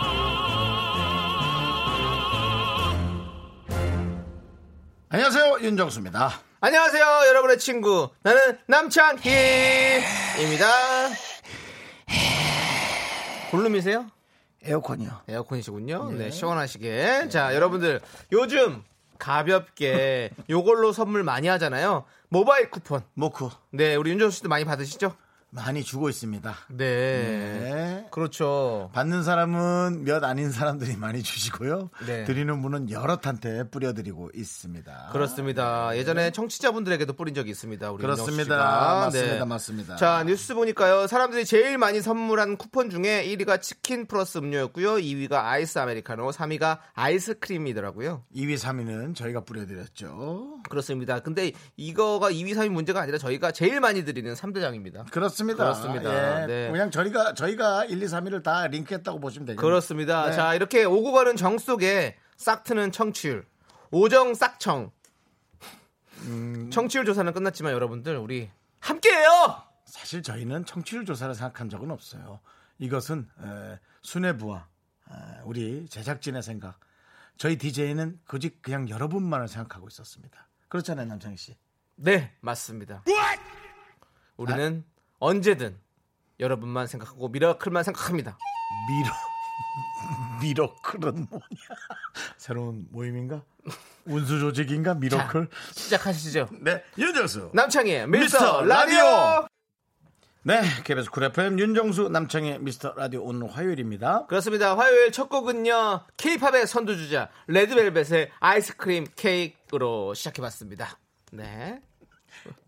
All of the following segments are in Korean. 안녕하세요 윤정수입니다. 안녕하세요, 여러분의 친구. 나는 남창희입니다. 골룸이세요? 에어컨이요. 에어컨이시군요. 네, 시원하시게. 자, 여러분들, 요즘 가볍게 요걸로 선물 많이 하잖아요. 모바일 쿠폰. 모크 네, 우리 윤정수 씨도 많이 받으시죠? 많이 주고 있습니다. 네. 네. 그렇죠. 받는 사람은 몇 아닌 사람들이 많이 주시고요. 네. 드리는 분은 여럿한테 뿌려드리고 있습니다. 그렇습니다. 예전에 청취자분들에게도 뿌린 적이 있습니다. 우리 그렇습니다. 윤정수 씨가. 네. 맞습니다. 맞습니다. 자 뉴스 보니까요. 사람들이 제일 많이 선물한 쿠폰 중에 1위가 치킨 플러스 음료였고요. 2위가 아이스 아메리카노, 3위가 아이스크림이더라고요. 2위, 3위는 저희가 뿌려드렸죠. 그렇습니다. 근데 이거가 2위, 3위 문제가 아니라 저희가 제일 많이 드리는 3대장입니다. 그렇습니다. 그렇습니다. 예, 네. 그냥 저희가 저희가 1, 2, 3위를 다 링크했다고 보시면 되겠네요. 그렇습니다. 네. 자 이렇게 오고 가는 정 속에 싹 트는 청취율, 오정 싹청. 음. 청취율 조사는 끝났지만 여러분들 우리 함께해요. 사실 저희는 청취율 조사를 생각한 적은 없어요. 이것은 에, 수뇌부와 에, 우리 제작진의 생각. 저희 DJ는 그직 그냥 여러분만을 생각하고 있었습니다. 그렇잖아요, 남창희 씨. 네, 맞습니다. 우리는 언제든 여러분만 생각하고 미라클만 생각합니다. 미러 미러클은 뭐냐? 새로운 모임인가? 운수 조직인가? 미러클? 시작하시죠. 네, 윤정수. 남창희의 미스터 미스터 라디오! 라디오! 네, KBS 쿨 FM 윤정수 남창희 미스터 라디오 오늘 화요일입니다. 그렇습니다. 화요일 첫 곡은요. 케이팝의 선두주자 레드벨벳의 아이스크림 케이크로 시작해봤습니다. 네.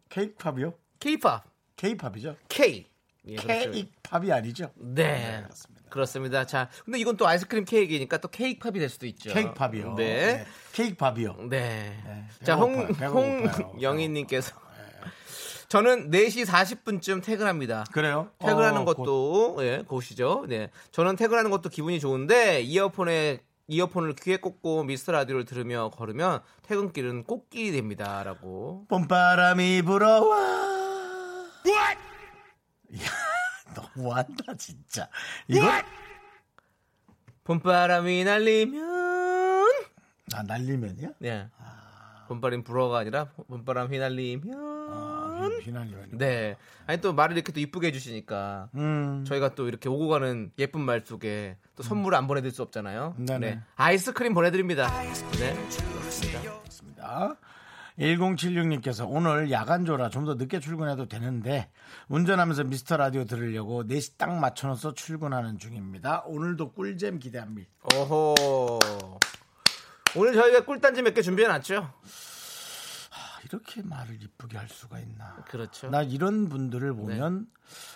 케이팝이요? 케이팝. 케이팝이죠? 케이. 예, 그렇죠. 케이팝이 아니죠? 네. 그렇습니다. 그렇습니다. 자, 근데 이건 또 아이스크림 케이크이니까 또 케이크팝이 될 수도 있죠. 케이팝이요. 네. 케이팝이요. 네. 네, 자, 홍, 배고파요, 배고파요. 네. 홍영희님께서. 저는 4시 40분쯤 퇴근합니다. 그래요? 퇴근하는 어, 곧 것도, 예, 곧이죠. 네. 저는 퇴근하는 것도 기분이 좋은데, 이어폰에, 이어폰을 귀에 꽂고 미스터 라디오를 들으며 걸으면 퇴근길은 꽃길이 됩니다. 라고. 봄바람이 불어와. 야, 너무한다 진짜. 이거 봄바람이 날리면, 나 날리면이야? 네. 봄바람 불어가 아니라, 봄바람 휘날리면, 아. 아, 휘날리면. 네. 아니, 또 말을 이렇게 또 이쁘게 해주시니까. 음. 저희가 또 이렇게 오고 가는 예쁜 말 속에 또 선물을 안 보내드릴 수 없잖아요. 네네. 아이스크림 보내드립니다. 네. 1076님께서 오늘 야간조라 좀 더 늦게 출근해도 되는데 운전하면서 미스터 라디오 들으려고 4시 딱 맞춰놓고 출근하는 중입니다. 오늘도 꿀잼 기대합니다. 오호. 오늘 저희가 꿀단지 몇 개 준비해놨죠? 아, 이렇게 말을 이쁘게 할 수가 있나. 그렇죠. 나 이런 네. 분들을 보면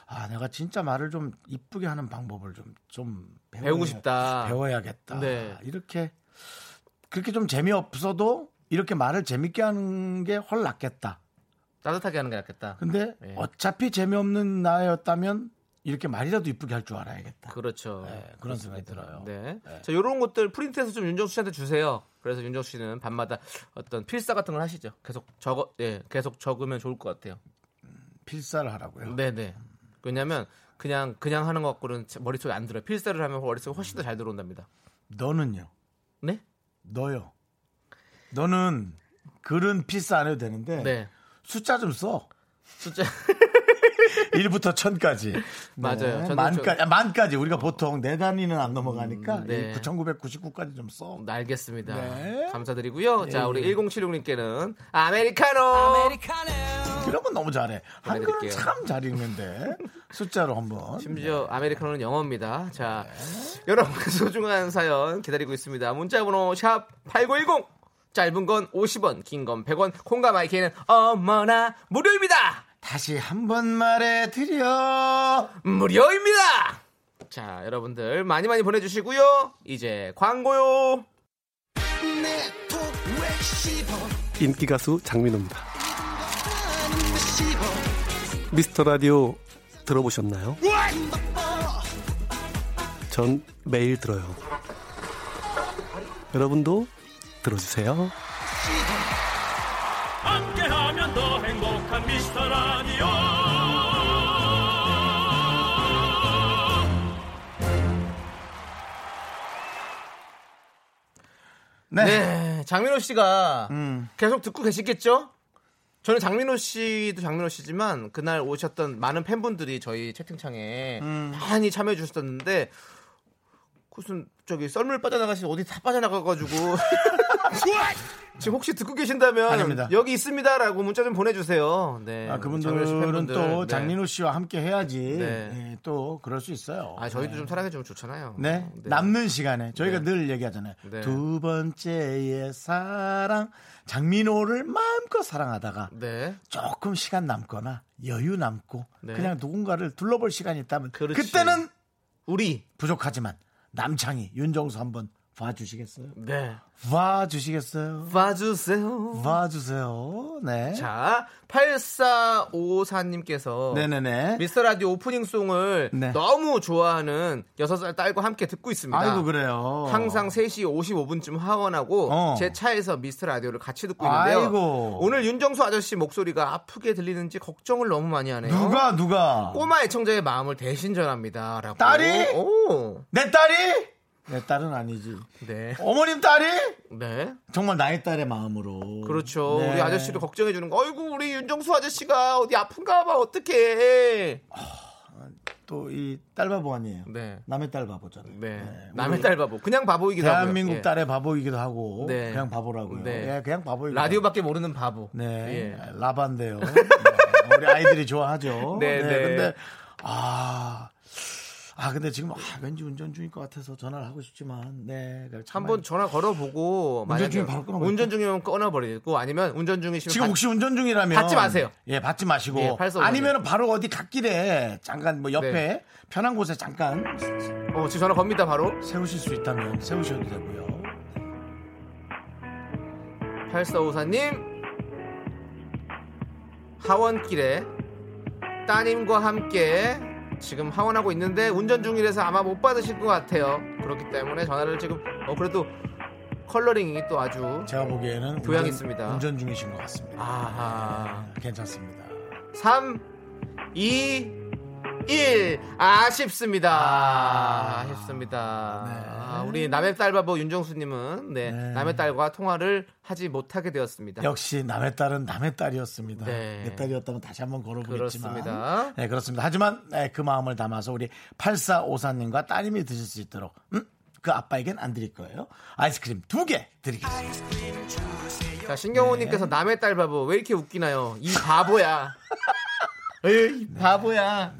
아 내가 진짜 말을 좀 이쁘게 하는 방법을 좀 좀 배우고 싶다. 배워야겠다. 네. 이렇게 그렇게 좀 재미없어도 이렇게 말을 재밌게 하는 게 훨 낫겠다. 따뜻하게 하는 게 낫겠다. 근데 네. 어차피 재미없는 나였다면 이렇게 말이라도 이쁘게 할 줄 알아야겠다. 그렇죠. 네, 그런 생각이 들어요. 네. 자, 요런 것들 프린트해서 좀 윤정수 씨한테 주세요. 그래서 윤정수 씨는 밤마다 어떤 필사 같은 걸 하시죠. 계속 적어, 예, 계속 적으면 좋을 것 같아요. 필사를 하라고요. 네네. 왜냐면 그냥, 그냥 하는 것 같고는 머릿속에 안 들어요. 필사를 하면 머릿속에 훨씬 더 잘 들어온답니다. 너는요. 네? 너요. 너는 글은 필사 안 해도 되는데 네. 숫자 좀 써. 숫자. 1부터 1000까지. 네, 맞아요. 저는 만까지, 만까지. 우리가 보통 네 단위는 안 넘어가니까 음, 네. 9999까지 좀 써. 네, 알겠습니다. 네. 감사드리고요. 예, 자, 우리 예. 1076님께는 아메리카노. 이런 건 너무 잘해. 한글은 보내드릴게요. 참 잘 읽는데. 숫자로 한번. 심지어 아메리카노는 영어입니다. 자, 네. 여러분의 소중한 사연 기다리고 있습니다. 문자번호 샵 8910. 짧은 건 50원, 긴 건 100원, 콩과 마이크는 어머나 무료입니다. 다시 한 번 말해드려. 무료입니다. 자, 여러분들 많이 많이 보내주시고요. 이제 광고요. 내 톡 왜 씹어 인기 가수 장민호입니다. 미스터 라디오 들어보셨나요? 전 매일 들어요. 여러분도 들어주세요. 함께하면 더 행복한 미스터 라디오 네. 네, 장민호 씨가 음. 계속 듣고 계시겠죠? 저는 장민호 씨도 장민호 씨지만 그날 오셨던 많은 팬분들이 저희 채팅창에 음. 많이 참여해 주셨었는데 무슨 저기 썰물 빠져나가시 어디 다 빠져나가가지고 지금 혹시 듣고 계신다면 아닙니다. 여기 있습니다라고 문자 좀 보내주세요. 네, 아, 장민호 씨 그분들은 팬분들. 또 네. 장민호 씨와 함께 해야지 네. 예, 또 그럴 수 있어요. 아 저희도 네. 좀 사랑해주면 좋잖아요. 네. 남는 시간에 저희가 네. 늘 얘기하잖아요. 네. 두 번째의 사랑 장민호를 마음껏 사랑하다가 네. 조금 시간 남거나 여유 남고 네. 그냥 누군가를 둘러볼 시간이 있다면 그 그렇지. 때는 우리 부족하지만 남창희 윤정수 한번 봐주시겠어요? 네 봐주시겠어요? 봐주세요. 봐주세요. 네. 자, 어, 8454님께서 네네네. 미스터 라디오 오프닝 송을 네. 너무 좋아하는 6살 딸과 함께 듣고 있습니다. 아이고 그래요. 항상 3시 55분쯤 하원하고 어. 제 차에서 미스터 라디오를 같이 듣고 있는데요. 아이고. 오늘 윤정수 아저씨 목소리가 아프게 들리는지 걱정을 너무 많이 하네요. 누가 누가 꼬마 애청자의 마음을 대신 전합니다. 라고. 딸이? 오. 내 딸이 내 딸은 아니지. 네. 어머님 딸이 네. 정말 나의 딸의 마음으로. 그렇죠. 네. 우리 아저씨도 걱정해 주는 거. 아이고 우리 윤정수 아저씨가 어디 아픈가 봐. 어떡해. 또 이 딸바보 아니에요. 네. 남의 딸바보잖아요. 네. 네. 남의 우리 딸 바보. 그냥 바보이기도 예. 하고. 대한민국 딸의 바보이기도 하고 네. 그냥 바보라고요. 네. 예, 그냥 바보이고. 라디오밖에 모르는 바보. 네. 예. 라반데요. 네. 우리 아이들이 좋아하죠. 네, 네. 근데 아. 아, 근데 지금 아, 왠지 운전 중일 것 같아서 전화를 하고 싶지만 네. 한번 전화 걸어보고 만약에 중에 바로 끊어버릴까요? 운전 중이면 끊어버리고 아니면 운전 중이시면 지금 다- 혹시 운전 중이라면 받지 마세요. 예, 받지 마시고 예, 팔사오오. 아니면 바로 어디 갓길에 잠깐 뭐 옆에 네. 편한 곳에 잠깐 어, 지금 전화 겁니다 바로 세우실 수 있다면 세우셔도 되고요. 8454님 하원길에 따님과 함께 지금 하원하고 있는데 운전 중이라서 아마 못 받으실 것 같아요 그렇기 때문에 전화를 지금 어 그래도 컬러링이 또 아주 제가 보기에는 교양 운전- 있습니다. 운전 중이신 것 같습니다. 아하 괜찮습니다. 3, 2, 1 아쉽습니다. 아. 아, 쉽습니다 아, 네. 우리 남의 딸 바보 윤정수님은 네, 네. 남의 딸과 통화를 하지 못하게 되었습니다. 역시 남의 딸은 남의 딸이었습니다. 네. 내 딸이었다면 다시 한번 걸어보겠지만. 그렇습니다. 네, 그렇습니다. 하지만 네, 그 마음을 담아서 우리 8454님과 따님이 드실 수 있도록 음? 그 아빠에겐 안 드릴 거예요. 아이스크림 두 개 드리겠습니다. 자, 신경호님께서 남의 딸 바보 왜 이렇게 웃기나요? 이 바보야. 네. 에이, 이 바보야.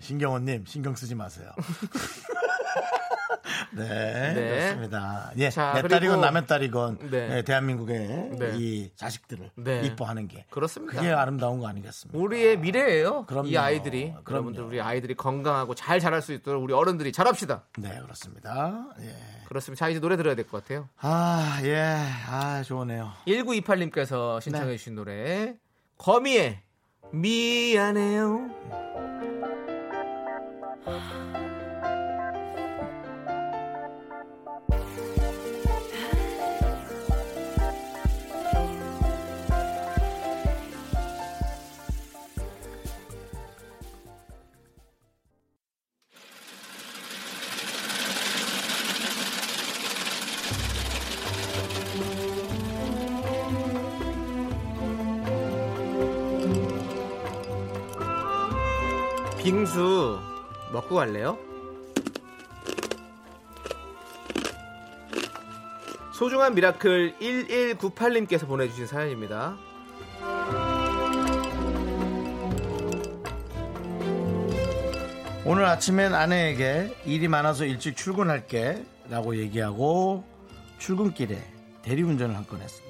신경호님 신경 쓰지 마세요. 네, 네. 그렇습니다. 예, 자, 내 그리고- 딸이건 남의 딸이건 네. 예, 대한민국의 네. 이 자식들을 네. 이뻐하는 게 그렇습니다. 그게 아름다운 거 아니겠습니까? 우리의 미래예요. 그럼요. 이 아이들이 그럼요. 여러분들 우리 아이들이 건강하고 잘 자랄 수 있도록 우리 어른들이 잘합시다. 네, 그렇습니다. 예. 그렇습니다. 자 이제 노래 들어야 될 것 같아요. 아, 예. 아, 좋으네요. 1928님께서 신청해 주신 노래 거미의 미안해요 빙수 먹고 갈래요? 소중한 미라클 1198님께서 보내주신 사연입니다. 오늘 아침엔 아내에게 일이 많아서 일찍 출근할게 라고 얘기하고 출근길에 대리운전을 한 건 했습니다.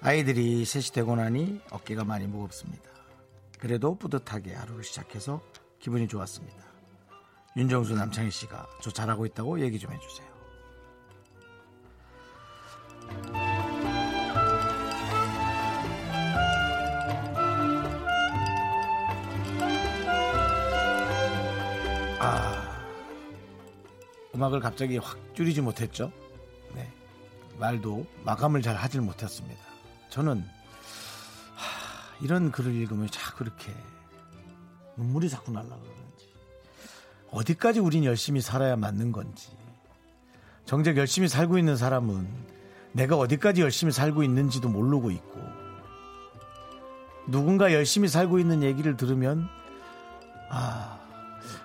아이들이 셋이 되고 나니 어깨가 많이 무겁습니다. 그래도 뿌듯하게 하루를 시작해서 기분이 좋았습니다. 윤정수 남창희 씨가 저 잘하고 있다고 얘기 좀 해주세요. 음악을 갑자기 확 줄이지 못했죠. 네. 말도 마감을 잘 하질 못했습니다. 저는 하, 이런 글을 읽으면 자꾸 이렇게 눈물이 자꾸 날라 그러는지 어디까지 우린 열심히 살아야 맞는 건지 정작 열심히 살고 있는 사람은 내가 어디까지 열심히 살고 있는지도 모르고 있고 누군가 열심히 살고 있는 얘기를 들으면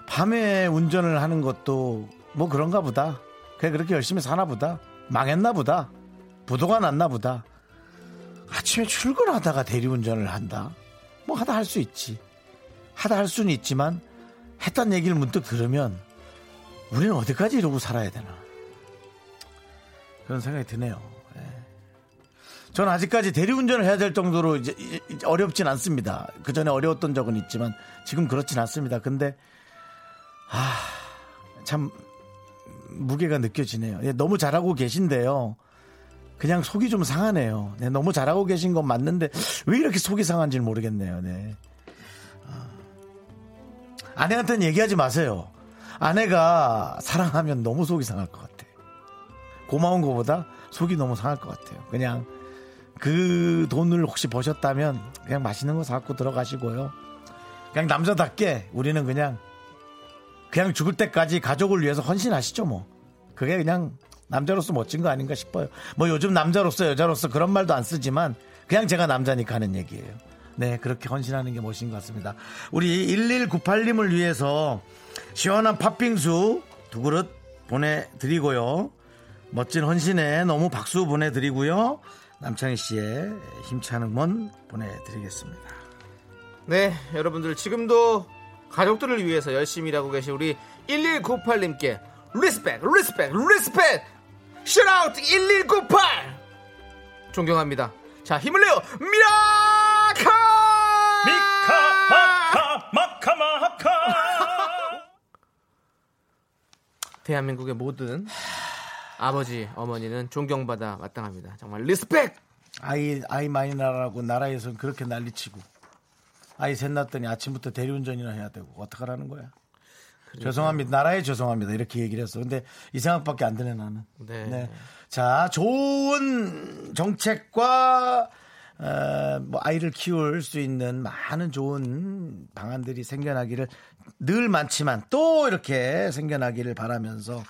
밤에 운전을 하는 것도 뭐 그런가 보다. 그냥 그렇게 열심히 사나 보다. 망했나 보다. 부도가 났나 보다. 아침에 출근하다가 대리운전을 한다. 뭐 하다 할 수 있지. 하다 할 수는 있지만 했단 얘기를 문득 들으면 우리는 어디까지 이러고 살아야 되나. 그런 생각이 드네요. 예. 저는 아직까지 대리운전을 해야 될 정도로 이제 이- 이- 어렵진 않습니다. 그 전에 어려웠던 적은 있지만 지금 그렇진 않습니다. 근데 참 무게가 느껴지네요. 예, 너무 잘하고 계신데요. 그냥 속이 좀 상하네요. 네, 너무 잘하고 계신 건 맞는데 왜 이렇게 속이 상한지 는 모르겠네요. 네. 아. 아내한테는 얘기하지 마세요. 아내가 사랑하면 너무 속이 상할 것 같아. 고마운 것보다 속이 너무 상할 것 같아요. 그냥 그 돈을 혹시 버셨다면 그냥 맛있는 거 사갖고 들어가시고요. 그냥 남자답게 우리는 그냥 그냥 죽을 때까지 가족을 위해서 헌신하시죠 뭐 그게 그냥 남자로서 멋진 거 아닌가 싶어요 뭐 요즘 남자로서 여자로서 그런 말도 안 쓰지만 그냥 제가 남자니까 하는 얘기예요 네 그렇게 헌신하는 게 멋인 것 같습니다 우리 1198님을 위해서 시원한 팥빙수 두 그릇 보내드리고요 멋진 헌신에 너무 박수 보내드리고요 남창희 씨의 힘찬 응원 보내드리겠습니다 네, 여러분들 지금도 가족들을 위해서 열심히 일하고 계신 우리 1198님께 리스펙, 리스펙, 리스펙! 슈라우트 1198! 존경합니다. 자, 힘을 내요! 미라카! 미카 마카 마카 마카 대한민국의 모든 아버지, 어머니는 존경받아 마땅합니다. 정말 리스펙! 아이 아이 많이 나라고 나라에선 그렇게 난리치고 아이 셋 낳았더니 아침부터 대리운전이나 해야 되고 어떡하라는 거야. 죄송합니다. 나라에 죄송합니다. 이렇게 얘기를 했어. 근데 이 생각밖에 안 드네 나는. 네. 자, 좋은 정책과 어, 뭐 아이를 키울 수 있는 많은 좋은 방안들이 생겨나기를 늘 많지만 또 이렇게 생겨나기를 바라면서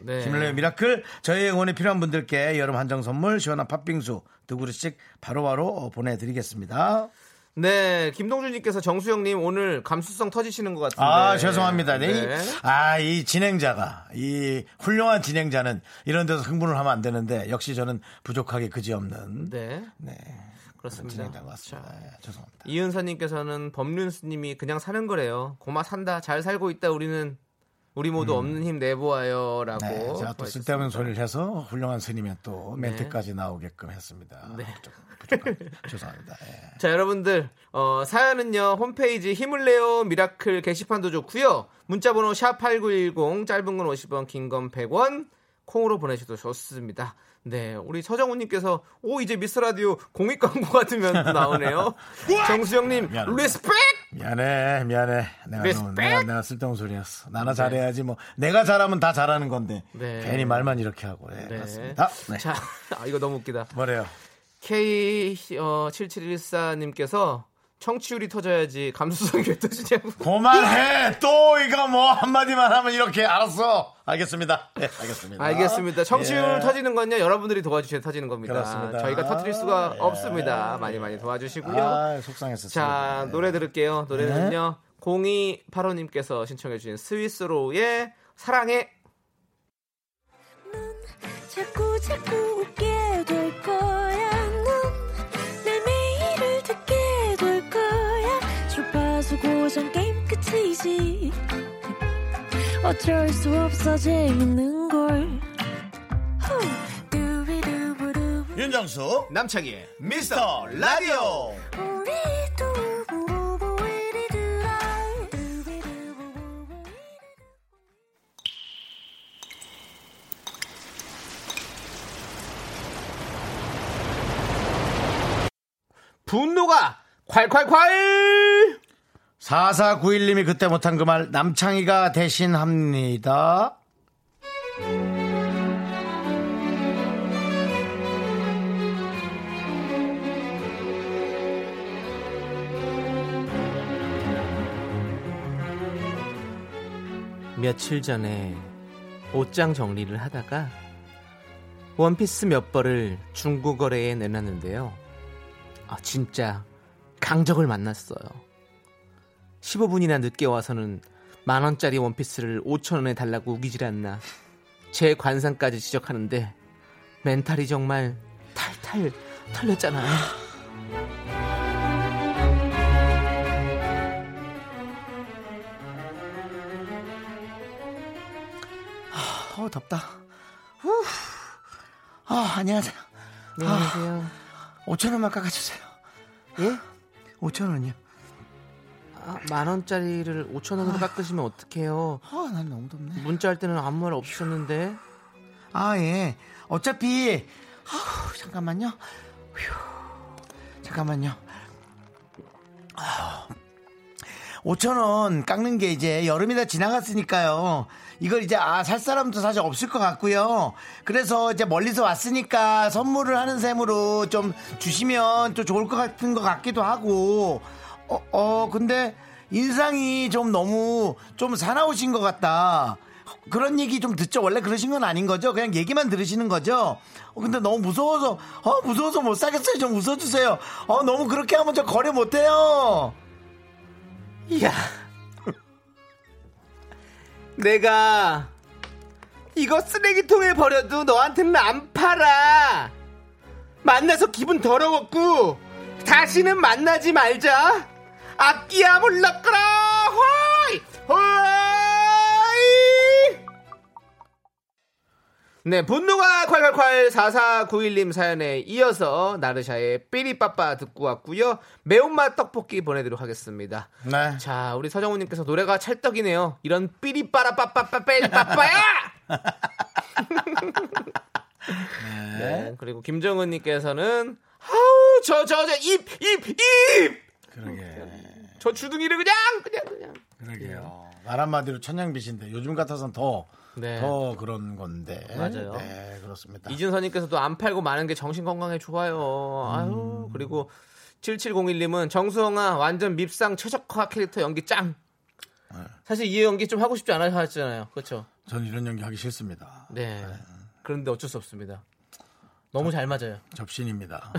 네. 김일로의 미라클 저희 응원이 필요한 분들께 여름 한정 선물 시원한 팥빙수 두 그릇씩 바로바로 보내드리겠습니다. 네, 김동준님께서 정수영님 오늘 감수성 터지시는 것 같은데. 아 죄송합니다. 네. 네. 아이 진행자가 이 훌륭한 진행자는 이런 데서 흥분을 하면 안 되는데 역시 저는 부족하게 그지없는 네, 네, 그렇습니다. 진행자인 것 같습니다. 자, 예, 죄송합니다. 이은서님께서는 법륜스님이 그냥 사는 거래요. 고마 산다, 잘 살고 있다. 우리는 우리 모두 없는 힘 내보아요라고. 음. 네, 제가 또 쓸데없는 소리를 해서 훌륭한 스님의 또 네. 멘트까지 나오겠끔 했습니다. 네. 부족, 부족합니다. 죄송합니다. 예. 자 여러분들 어, 사연은요 홈페이지 힘을 내요 미라클 게시판도 좋고요 문자번호 샵8910 짧은 건 50원 긴 건 100원 콩으로 보내셔도 좋습니다 네 우리 서정훈님께서 오 이제 미스라디오 공익 광고 같으면 또 나오네요 정수영님 미안합니다. 리스펙 미안해, 미안해. 내가 너무, 리스펙! 내가, 내가 쓸데없는 소리였어. 나나 잘해야지 뭐. 내가 잘하면 다 잘하는 건데. 네. 괜히 말만 이렇게 하고. 네, 네. 맞습니다. 네. 자 아, 이거 너무 웃기다 뭐래요? K7714님께서 어, 청취율이 터져야지 감수성이 왜 터지냐고 그만해! 또 이거 뭐 한마디만 하면 이렇게 알았어. 알겠습니다. 네, 알겠습니다. 알겠습니다. 청취율 예. 터지는 건요 여러분들이 도와주셔야 터지는 겁니다. 그렇습니다. 저희가 터뜨릴 수가 예. 없습니다. 많이 많이 도와주시고요. 아, 네. 속상했었어요. 자 네. 노래 들을게요. 노래는요 0285님께서 신청해주신 스위스로의 사랑해. 자꾸 자꾸 웃게 될 거야. 넌내 매일을 듣게 될 거야. 주파수 고정 게임 끝이지. 어쩔 수 없어 재밌는 걸. 후. 두비두부두. 윤정수, 남창희의 미스터 라디오. 우리 두부부부 우리 두라. 두비두부부부 우리 분노가 콸콸콸 4491님이 그때 못한 그 말 남창희가 대신합니다. 며칠 전에 옷장 정리를 하다가 원피스 몇 벌을 중고거래에 내놨는데요. 아, 진짜 강적을 만났어요. 15분이나 늦게 와서는 만원짜리 원피스를 5천원에 달라고 우기질 않나. 제 관상까지 지적하는데 멘탈이 정말 탈탈 털렸잖아요. 어 덥다. 후. 아 안녕하세요. 안녕하세요. 5천 원만 깎아주세요. 예? 5천 원이요. 아, 만원짜리를 5천원으로 깎으시면 어떡해요. 아난 너무 덥네. 문자할 때는 아무 말 없으셨는데. 아 예. 어차피 아우 잠깐만요. 휴. 잠깐만요. 5천 원 깎는 게 이제 여름이 다 지나갔으니까요. 이걸 이제 아 살 사람도 사실 없을 것 같고요. 그래서 이제 멀리서 왔으니까 선물을 하는 셈으로 좀 주시면 또 좋을 것 같은 것 같기도 하고. 어, 어 근데 인상이 좀 너무 좀 사나우신 것 같다. 그런 얘기 좀 듣죠. 원래 그러신 건 아닌 거죠. 그냥 얘기만 들으시는 거죠. 어, 근데 너무 무서워서 어 무서워서 못 사겠어요. 좀 웃어주세요. 어 너무 그렇게 하면 저 거래 못해요. 이야. 내가 이거 쓰레기통에 버려도 너한테는 안 팔아. 만나서 기분 더러웠고 다시는 만나지 말자. 악기야 몰락거라. 호이 호이. 네, 분노가 콸콸콸 4491님 사연에 이어서 나르샤의 삐리빠빠 듣고 왔고요. 매운맛 떡볶이 보내드리도록 하겠습니다. 네. 자, 우리 서정우님께서 노래가 찰떡이네요. 이런 삐리빠라 빠빠빠 삐리빠빠야! 네. 그리고 김정은님께서는 아우 저 저 저 입 입 입 저 그러게. 주둥이를 그냥 그냥 그냥 그러게요. 예. 말 한마디로 천냥빚인데 요즘 같아선 더, 네. 더 그런 건데. 맞아요. 네, 그렇습니다. 이준서님께서도 안 팔고 많은 게 정신 건강에 좋아요. 음. 아유 그리고 7701님은 정수영아 완전 밉상 최적화 캐릭터 연기 짱. 네. 사실 이 연기 좀 하고 싶지 않았잖아요. 그렇죠. 저는 이런 연기 하기 싫습니다. 네. 그런데 어쩔 수 없습니다. 너무 잘 맞아요. 접신입니다.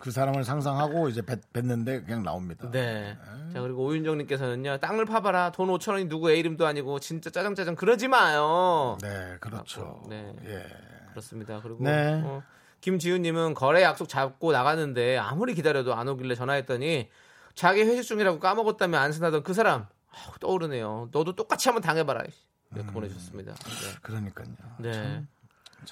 그 사람을 상상하고 이제 뵀, 는데 그냥 나옵니다. 네. 자 그리고 오윤정님께서는요. 땅을 파봐라. 돈 5천 원이 누구 애 이름도 아니고 진짜 짜장짜장 그러지 마요. 네, 그렇죠. 네. 예. 그렇습니다. 그리고 네. 어, 김지윤님은 거래 약속 잡고 나갔는데 아무리 기다려도 안 오길래 전화했더니 자기 회식 중이라고 까먹었다며 안 쓰나던 그 사람 아우, 떠오르네요. 너도 똑같이 한번 당해봐라 이렇게 보내주셨습니다. 그러니까요. 네. 네.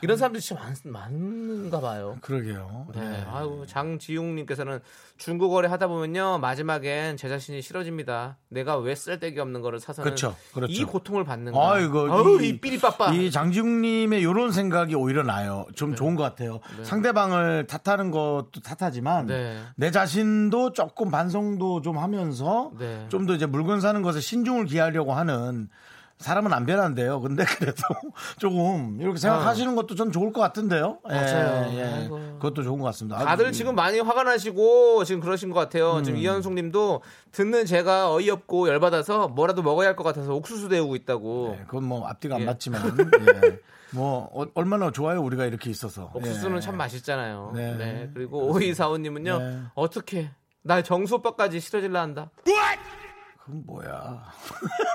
이런 사람들이 진짜 많, 많은가 봐요. 그러게요. 네. 예. 아유, 장지웅님께서는 중고거래 하다 보면요. 마지막엔 제 자신이 싫어집니다. 내가 왜 쓸데기 없는 거를 사서는 그쵸, 그렇죠. 이 고통을 받는가. 아이고, 아유, 이 삐리빠빠. 이 장지웅님의 이런 생각이 오히려 나요. 네. 좀 좋은 것 같아요. 상대방을 탓하는 것도 탓하지만 네. 내 자신도 조금 반성도 좀 하면서 네. 좀 더 이제 물건 사는 것에 신중을 기하려고 하는 사람은 안 변한대요. 근데 그래도 조금 이렇게 생각하시는 것도 전 좋을 것 같은데요. 예, 어. 맞아요. 예. 아이고. 그것도 좋은 것 같습니다. 아주- 다들 지금 많이 화가 나시고 지금 그러신 것 같아요. 음. 지금 이현숙 님도 듣는 제가 어이없고 열받아서 뭐라도 먹어야 할 것 같아서 옥수수 데우고 있다고. 예, 그건 뭐 앞뒤가 안 예. 맞지만 예. 뭐 어- 얼마나 좋아요 우리가 이렇게 있어서. 옥수수는 예. 참 맛있잖아요. 네. 네. 그리고 오이사오 님은요. 네. 어떻게 나 정수 오빠까지 싫어질라 한다. 그건 뭐야.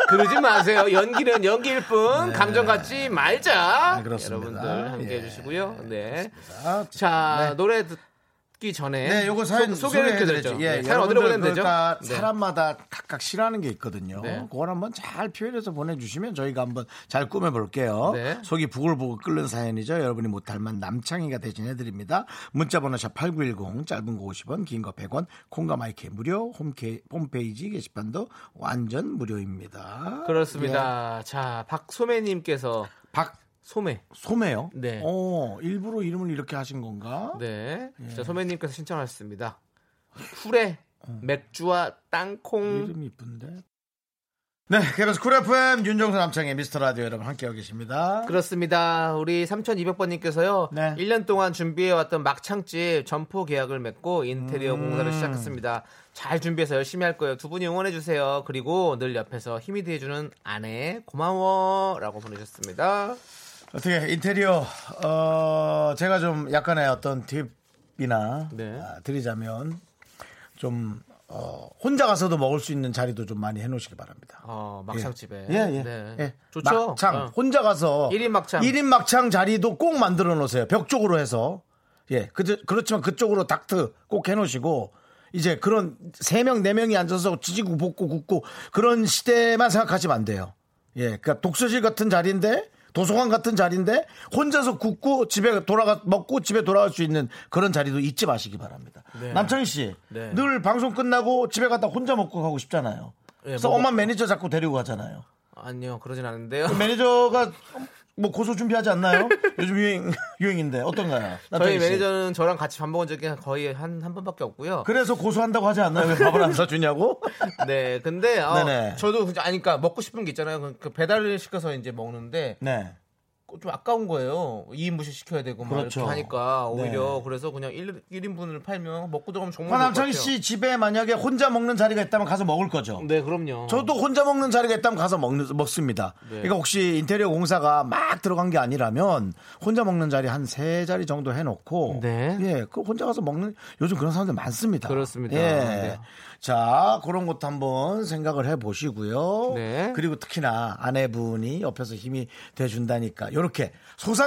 그러지 마세요. 연기는 연기일 뿐 감정 갖지 말자. 네, 그렇습니다. 여러분들 함께 예, 해주시고요. 네. 아, 자 노래 듣기 전에 네, 요거 사연 소, 개를 해드렸죠. 예, 네, 사연 여러분들 어디로 보내면 되죠? 그러니까 네. 사람마다 각각 싫어하는 게 있거든요. 네. 그걸 한번 잘 표현해서 보내주시면 저희가 한번 잘 꾸며볼게요. 네. 속이 부글부글 끓는 사연이죠. 여러분이 못할 만 남창희가 대신해드립니다. 문자번호 샵 8910, 짧은 거 50원, 긴 거 100원, 콩과 마이크 무료, 홈케, 홈페이지 게시판도 완전 무료입니다. 예. 그렇습니다. 자 박소매님께서 소매. 박소매요? 네. 어, 일부러 이름을 이렇게 하신 건가? 네. 진짜 소매님께서 신청하셨습니다. 쿨의 어. 맥주와 땅콩 이름이 이쁜데. 그 네, KBS 쿨 FM 윤정수 남창의 미스터 라디오 여러분 함께하고 계십니다. 그렇습니다. 우리 3200번님께서요. 네. 1년 동안 준비해왔던 막창집 점포 계약을 맺고 음. 인테리어 공사를 시작했습니다. 잘 준비해서 열심히 할 거예요. 두 분이 응원해주세요. 그리고 늘 옆에서 힘이 돼주는 아내 고마워 라고 보내셨습니다. 어떻게 인테리어 어 제가 좀 약간의 어떤 팁이나 네. 아, 드리자면 좀 어, 혼자 가서도 먹을 수 있는 자리도 좀 많이 해놓으시기 바랍니다. 어, 막창집에. 예, 예. 네. 예. 좋죠? 막창. 어. 혼자 가서. 일인 막창. 1인 막창 자리도 꼭 만들어 놓으세요. 벽 쪽으로 해서. 예. 그, 그렇지만 그쪽으로 닥트 꼭 해놓으시고. 이제 그런 세명네명이 앉아서 지지고 볶고 굽고 그런 시대만 생각하시면 안 돼요. 예. 그러니까 독서실 같은 자리인데 도서관 같은 자리인데 혼자서 굽고 집에 돌아가 먹고 집에 돌아갈 수 있는 그런 자리도 잊지 마시기 바랍니다. 네. 남창희 씨, 네. 늘 방송 끝나고 집에 갔다 혼자 먹고 가고 싶잖아요. 예, 그래서 먹어- 엄마 매니저 자꾸 데리고 가잖아요. 아니요, 그러진 않은데요. 매니저가 뭐 고소 준비하지 않나요? 요즘 유행 유행인데 어떤가요? 남편이 저희 씨. 매니저는 저랑 같이 밥 먹은 적이 거의 한, 한 번밖에 없고요. 그래서 고소한다고 하지 않나요? 왜 밥을 안 사주냐고? 네, 근데 어, 네네. 저도 그저- 아니 그러니까 먹고 싶은 게 있잖아요. 그- 그 배달을 시켜서 이제 먹는데 네. 좀 아까운 거예요. 2인분씩 시켜야 되고 막 그렇죠. 이렇게 하니까 네. 오히려 그래서 그냥 1, 인분을 팔면 먹고 들어가면 정말 좋을 것 남창희 같아요. 씨 집에 만약에 혼자 먹는 자리가 있다면 가서 먹을 거죠. 네, 그럼요. 저도 혼자 먹는 자리가 있다면 가서 먹는, 먹습니다. 네. 그러니까 혹시 인테리어 공사가 막 들어간 게 아니라면 혼자 먹는 자리 한 세 자리 정도 해놓고 네. 예, 그 혼자 가서 먹는 요즘 그런 사람들 많습니다. 그렇습니다. 예. 네. 자 그런 것도 한번 생각을 해보시고요. 네. 그리고 특히나 아내분이 옆에서 힘이 돼준다니까 이렇게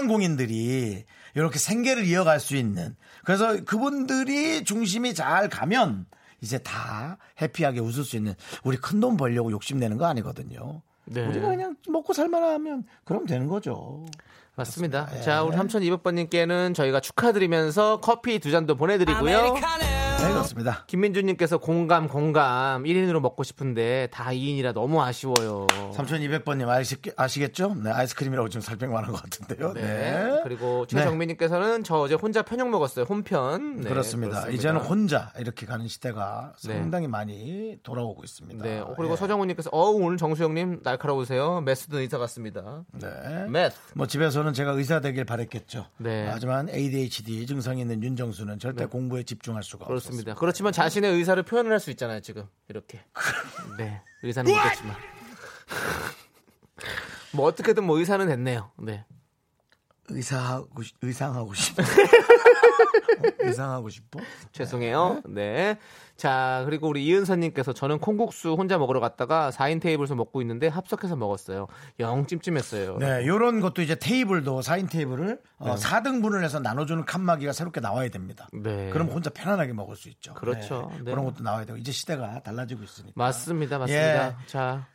소상공인들이 이렇게 생계를 이어갈 수 있는 그래서 그분들이 중심이 잘 가면 이제 다 해피하게 웃을 수 있는 우리 큰 돈 벌려고 욕심내는 거 아니거든요. 네. 우리가 그냥 먹고 살만하면 그럼 되는 거죠. 맞습니다. 네. 자, 우리 3200번님께는 저희가 축하드리면서 커피 두 잔도 보내드리고요. 네 그렇습니다. 김민주님께서 공감, 공감. 1인으로 먹고 싶은데 다 2인이라 너무 아쉬워요. 3200번님 아시, 겠죠 네, 아이스크림이라고 지금 살짝 말한 것 같은데요. 네. 네. 그리고 최정민님께서는 저 어제 혼자 편육 먹었어요. 혼편. 네, 그렇습니다. 이제는 혼자 이렇게 가는 시대가 네. 상당히 많이 돌아오고 있습니다. 네. 어, 그리고 예. 서정훈님께서 어 오늘 정수영님 날카로우세요. 메스든 의사 같습니다. 네. 메스. 뭐 집에서는 제가 의사 되길 바랬겠죠. 네. 하지만 ADHD 증상이 있는 윤정수는 절대 공부에 집중할 수가 그렇습니다. 그렇지만 자신의 의사를 표현을 할 수 있잖아요. 지금 이렇게. 네. 의사는 못했지만. 뭐 어떻게든 뭐 의사는 됐네요. 네. 없었습니다. 의사하고 싶- 의상하고 싶어. 의상하고 싶어? 죄송해요. 네. 자, 그리고 우리 이은서님께서 저는 콩국수 혼자 먹으러 갔다가 4인 테이블에서 먹고 있는데 합석해서 먹었어요. 영 찜찜했어요. 네, 요런 것도 이제 테이블도 4인 테이블을 어, 4등분을 해서 나눠주는 칸막이가 새롭게 나와야 됩니다. 네. 그럼 혼자 편안하게 먹을 수 있죠. 그렇죠. 네. 그런 것도 나와야 되고 이제 시대가 달라지고 있으니까. 맞습니다. 맞습니다. 자.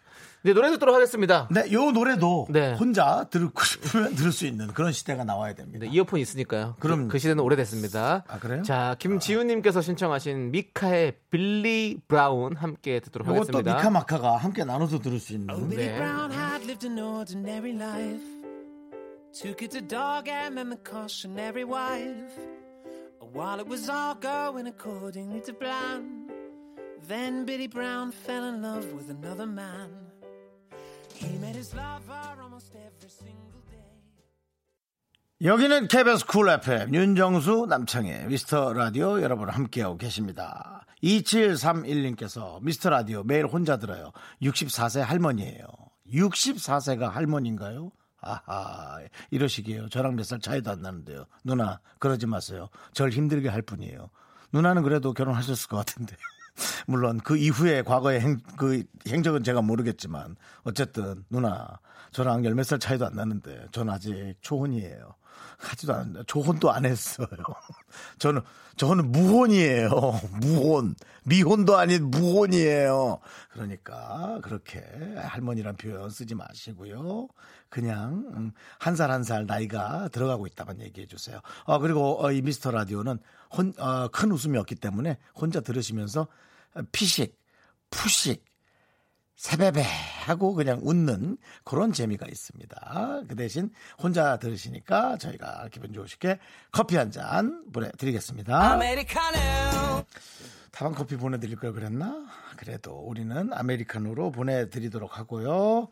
네, 노래 듣도록 하겠습니다. 예. 네, 요 노래도 네. 혼자 듣고 싶으면 들을 수 있는 그런 시대가 나와야 됩니다. 네, 이어폰 있으니까요. 그럼- 그, 그 시대는 오래됐습니다. 아, 그래요? 자, 김지훈님께서 신청하신 미카의 빌리 브라운 함께 듣도록 이것도 하겠습니다. 미카마카가 함께 나눠서 들을 수 있는 Billy Yeah. Brown had lived an ordinary life. Two kids, a dog, and then the cautionary wife. While it was all going accordingly to plan, then Billy Brown fell in love with another man. He met his lover almost every single day. 여기는 KBS 쿨 FM 윤정수 남창의 미스터 라디오 여러분 함께하고 계십니다. 2731님께서 미스터 라디오 매일 혼자 들어요. 64세 할머니예요. 64세가 할머니인가요? 아하 이러시기에요. 저랑 몇 살 차이도 안 나는데요. 누나 그러지 마세요. 절 힘들게 할 뿐이에요. 누나는 그래도 결혼하셨을 것 같은데. 물론 그 이후에 과거의 행, 그 행적은 제가 모르겠지만 어쨌든 누나 저랑 열 몇 살 차이도 안 나는데 저는 아직 초혼이에요. 하지도 않는데 조혼도 안 했어요. 저는 저는 무혼이에요. 무혼 미혼도 아닌 무혼이에요. 그러니까 그렇게 할머니란 표현 쓰지 마시고요. 그냥 음, 한 살 한 살 나이가 들어가고 있다만 얘기해 주세요. 아 그리고 어, 이 미스터 라디오는 혼, 어, 큰 웃음이었기 때문에 혼자 들으시면서 피식, 푸식, 세베베 하고 그냥 웃는 그런 재미가 있습니다. 그 대신 혼자 들으시니까 저희가 기분 좋으시게 커피 한 잔 보내드리겠습니다. 아메리카노 다방 커피 보내드릴 걸 그랬나? 그래도 우리는 아메리카노로 보내드리도록 하고요.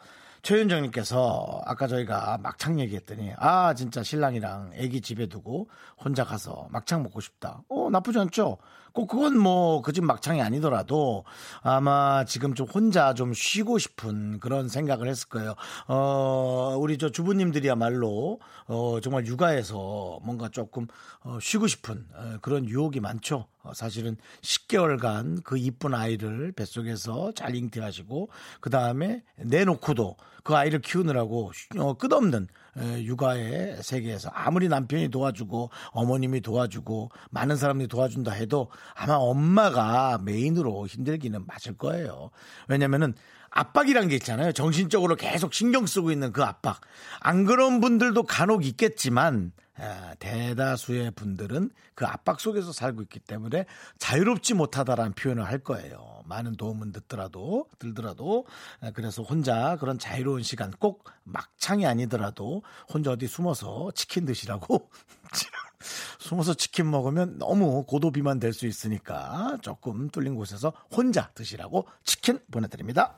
최윤정님께서 아까 저희가 막창 얘기했더니 아 진짜 신랑이랑 애기 집에 두고 혼자 가서 막창 먹고 싶다. 어 나쁘지 않죠. 꼭 그건 뭐 그 집 막창이 아니더라도 아마 지금 좀 혼자 좀 쉬고 싶은 그런 생각을 했을 거예요. 어 우리 저 주부님들이야말로 어 정말 육아에서 뭔가 조금 어, 쉬고 싶은 어, 그런 유혹이 많죠. 어, 사실은 10개월간 그 이쁜 아이를 뱃속에서 잘 잉태하시고 그 다음에 내놓고도 그 아이를 키우느라고 쉬- 어, 끝없는 에, 육아의 세계에서 아무리 남편이 도와주고 어머님이 도와주고 많은 사람들이 도와준다 해도 아마 엄마가 메인으로 힘들기는 맞을 거예요. 왜냐면은 압박이란 게 있잖아요. 정신적으로 계속 신경 쓰고 있는 그 압박. 안 그런 분들도 간혹 있겠지만 에, 대다수의 분들은 그 압박 속에서 살고 있기 때문에 자유롭지 못하다라는 표현을 할 거예요. 많은 도움은 듣더라도 들더라도 에, 그래서 혼자 그런 자유로운 시간 꼭 막창이 아니더라도 혼자 어디 숨어서 치킨 드시라고 숨어서 치킨 먹으면 너무 고도 비만 될 수 있으니까 조금 뚫린 곳에서 혼자 드시라고 치킨 보내드립니다.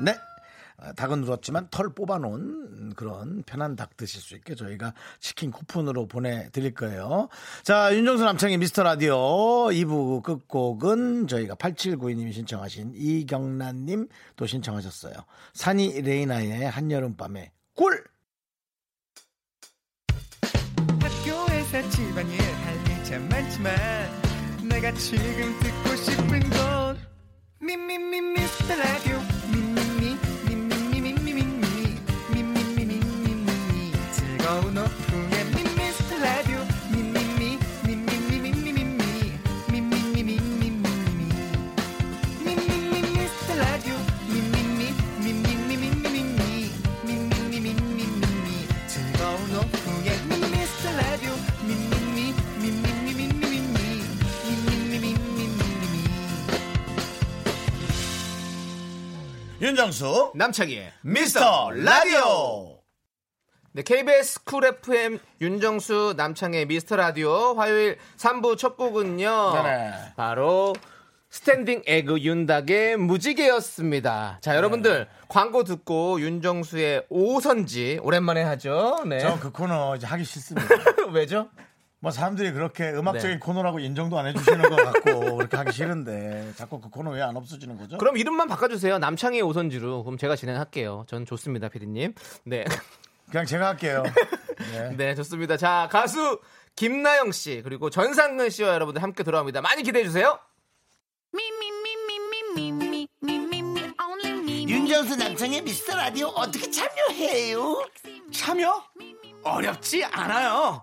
네. 어, 닭은 울었지만 털 뽑아놓은 그런 편한 닭 드실 수 있게 저희가 치킨 쿠폰으로 보내드릴 거예요. 자, 윤정수 남창의 미스터 라디오 2부 끝곡은 저희가 8792님이 신청하신 이경란님 또 신청하셨어요. 산이 레이나의 한여름밤의 꿀! 학교에서 집안일 할 일 참 많지만 내가 지금 듣고 싶은 건 미미미 미스터 라디오 미미미 미미미 미미미 미미미 미미미 미미미 즐거운 오후에 미스터 라디오 미미미 미미미 미미미 미미미 미미미 미미미 미스터 라디오 미미미 미미미 미미미 미미미 미미미 즐거운 오후에 미스터 라디오 미미미 미미미 미미미 미미미 미미미 윤정수 남창희의 미스터 라디오! 네, KBS 쿨 FM 윤정수 남창의 미스터 라디오 화요일 3부 첫 곡은요. 네네. 바로 스탠딩 에그 윤닥의 무지개였습니다. 자, 여러분들 네. 광고 듣고 윤정수의 오선지 오랜만에 하죠. 네. 저 그 코너 이제 하기 싫습니다. 왜죠? 뭐 사람들이 그렇게 음악적인 네. 코너라고 인정도 안 해주시는 것 같고 그렇게 하기 싫은데 자꾸 그 코너 왜 안 없어지는 거죠? 그럼 이름만 바꿔주세요. 남창의 오선지로. 그럼 제가 진행할게요. 전 좋습니다, 피디님. 네. 그냥 제가 할게요. 네. 네, 좋습니다. 자, 가수 김나영 씨, 그리고 전상근 씨와 여러분들 함께 돌아옵니다. 많이 기대해주세요. 윤정수 남성의 미스터 라디오 어떻게 참여해요? 참여? 어렵지 않아요.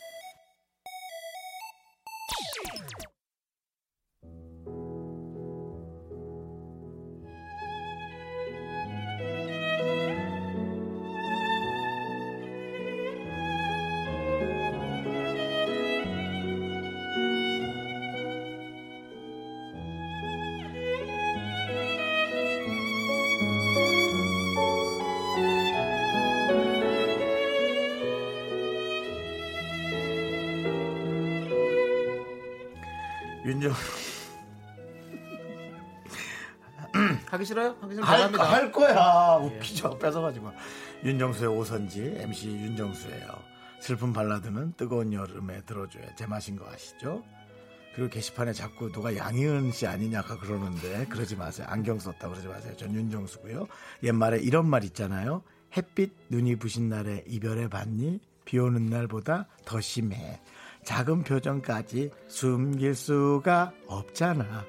윤정 하기 싫어요? 하기 싫으면 할, 나갑니다. 예. 할 거야 웃기죠 뺏어가지고 윤정수의 오선지 MC 윤정수예요 슬픈 발라드는 뜨거운 여름에 들어줘야 제맛인 거 아시죠? 그리고 게시판에 자꾸 누가 양희은 씨 아니냐가 그러는데 그러지 마세요. 안경 썼다 그러지 마세요. 전 윤정수고요. 옛말에 이런 말 있잖아요. 햇빛 눈이 부신 날에 이별해 봤니? 비 오는 날보다 더 심해. 작은 표정까지 숨길 수가 없잖아.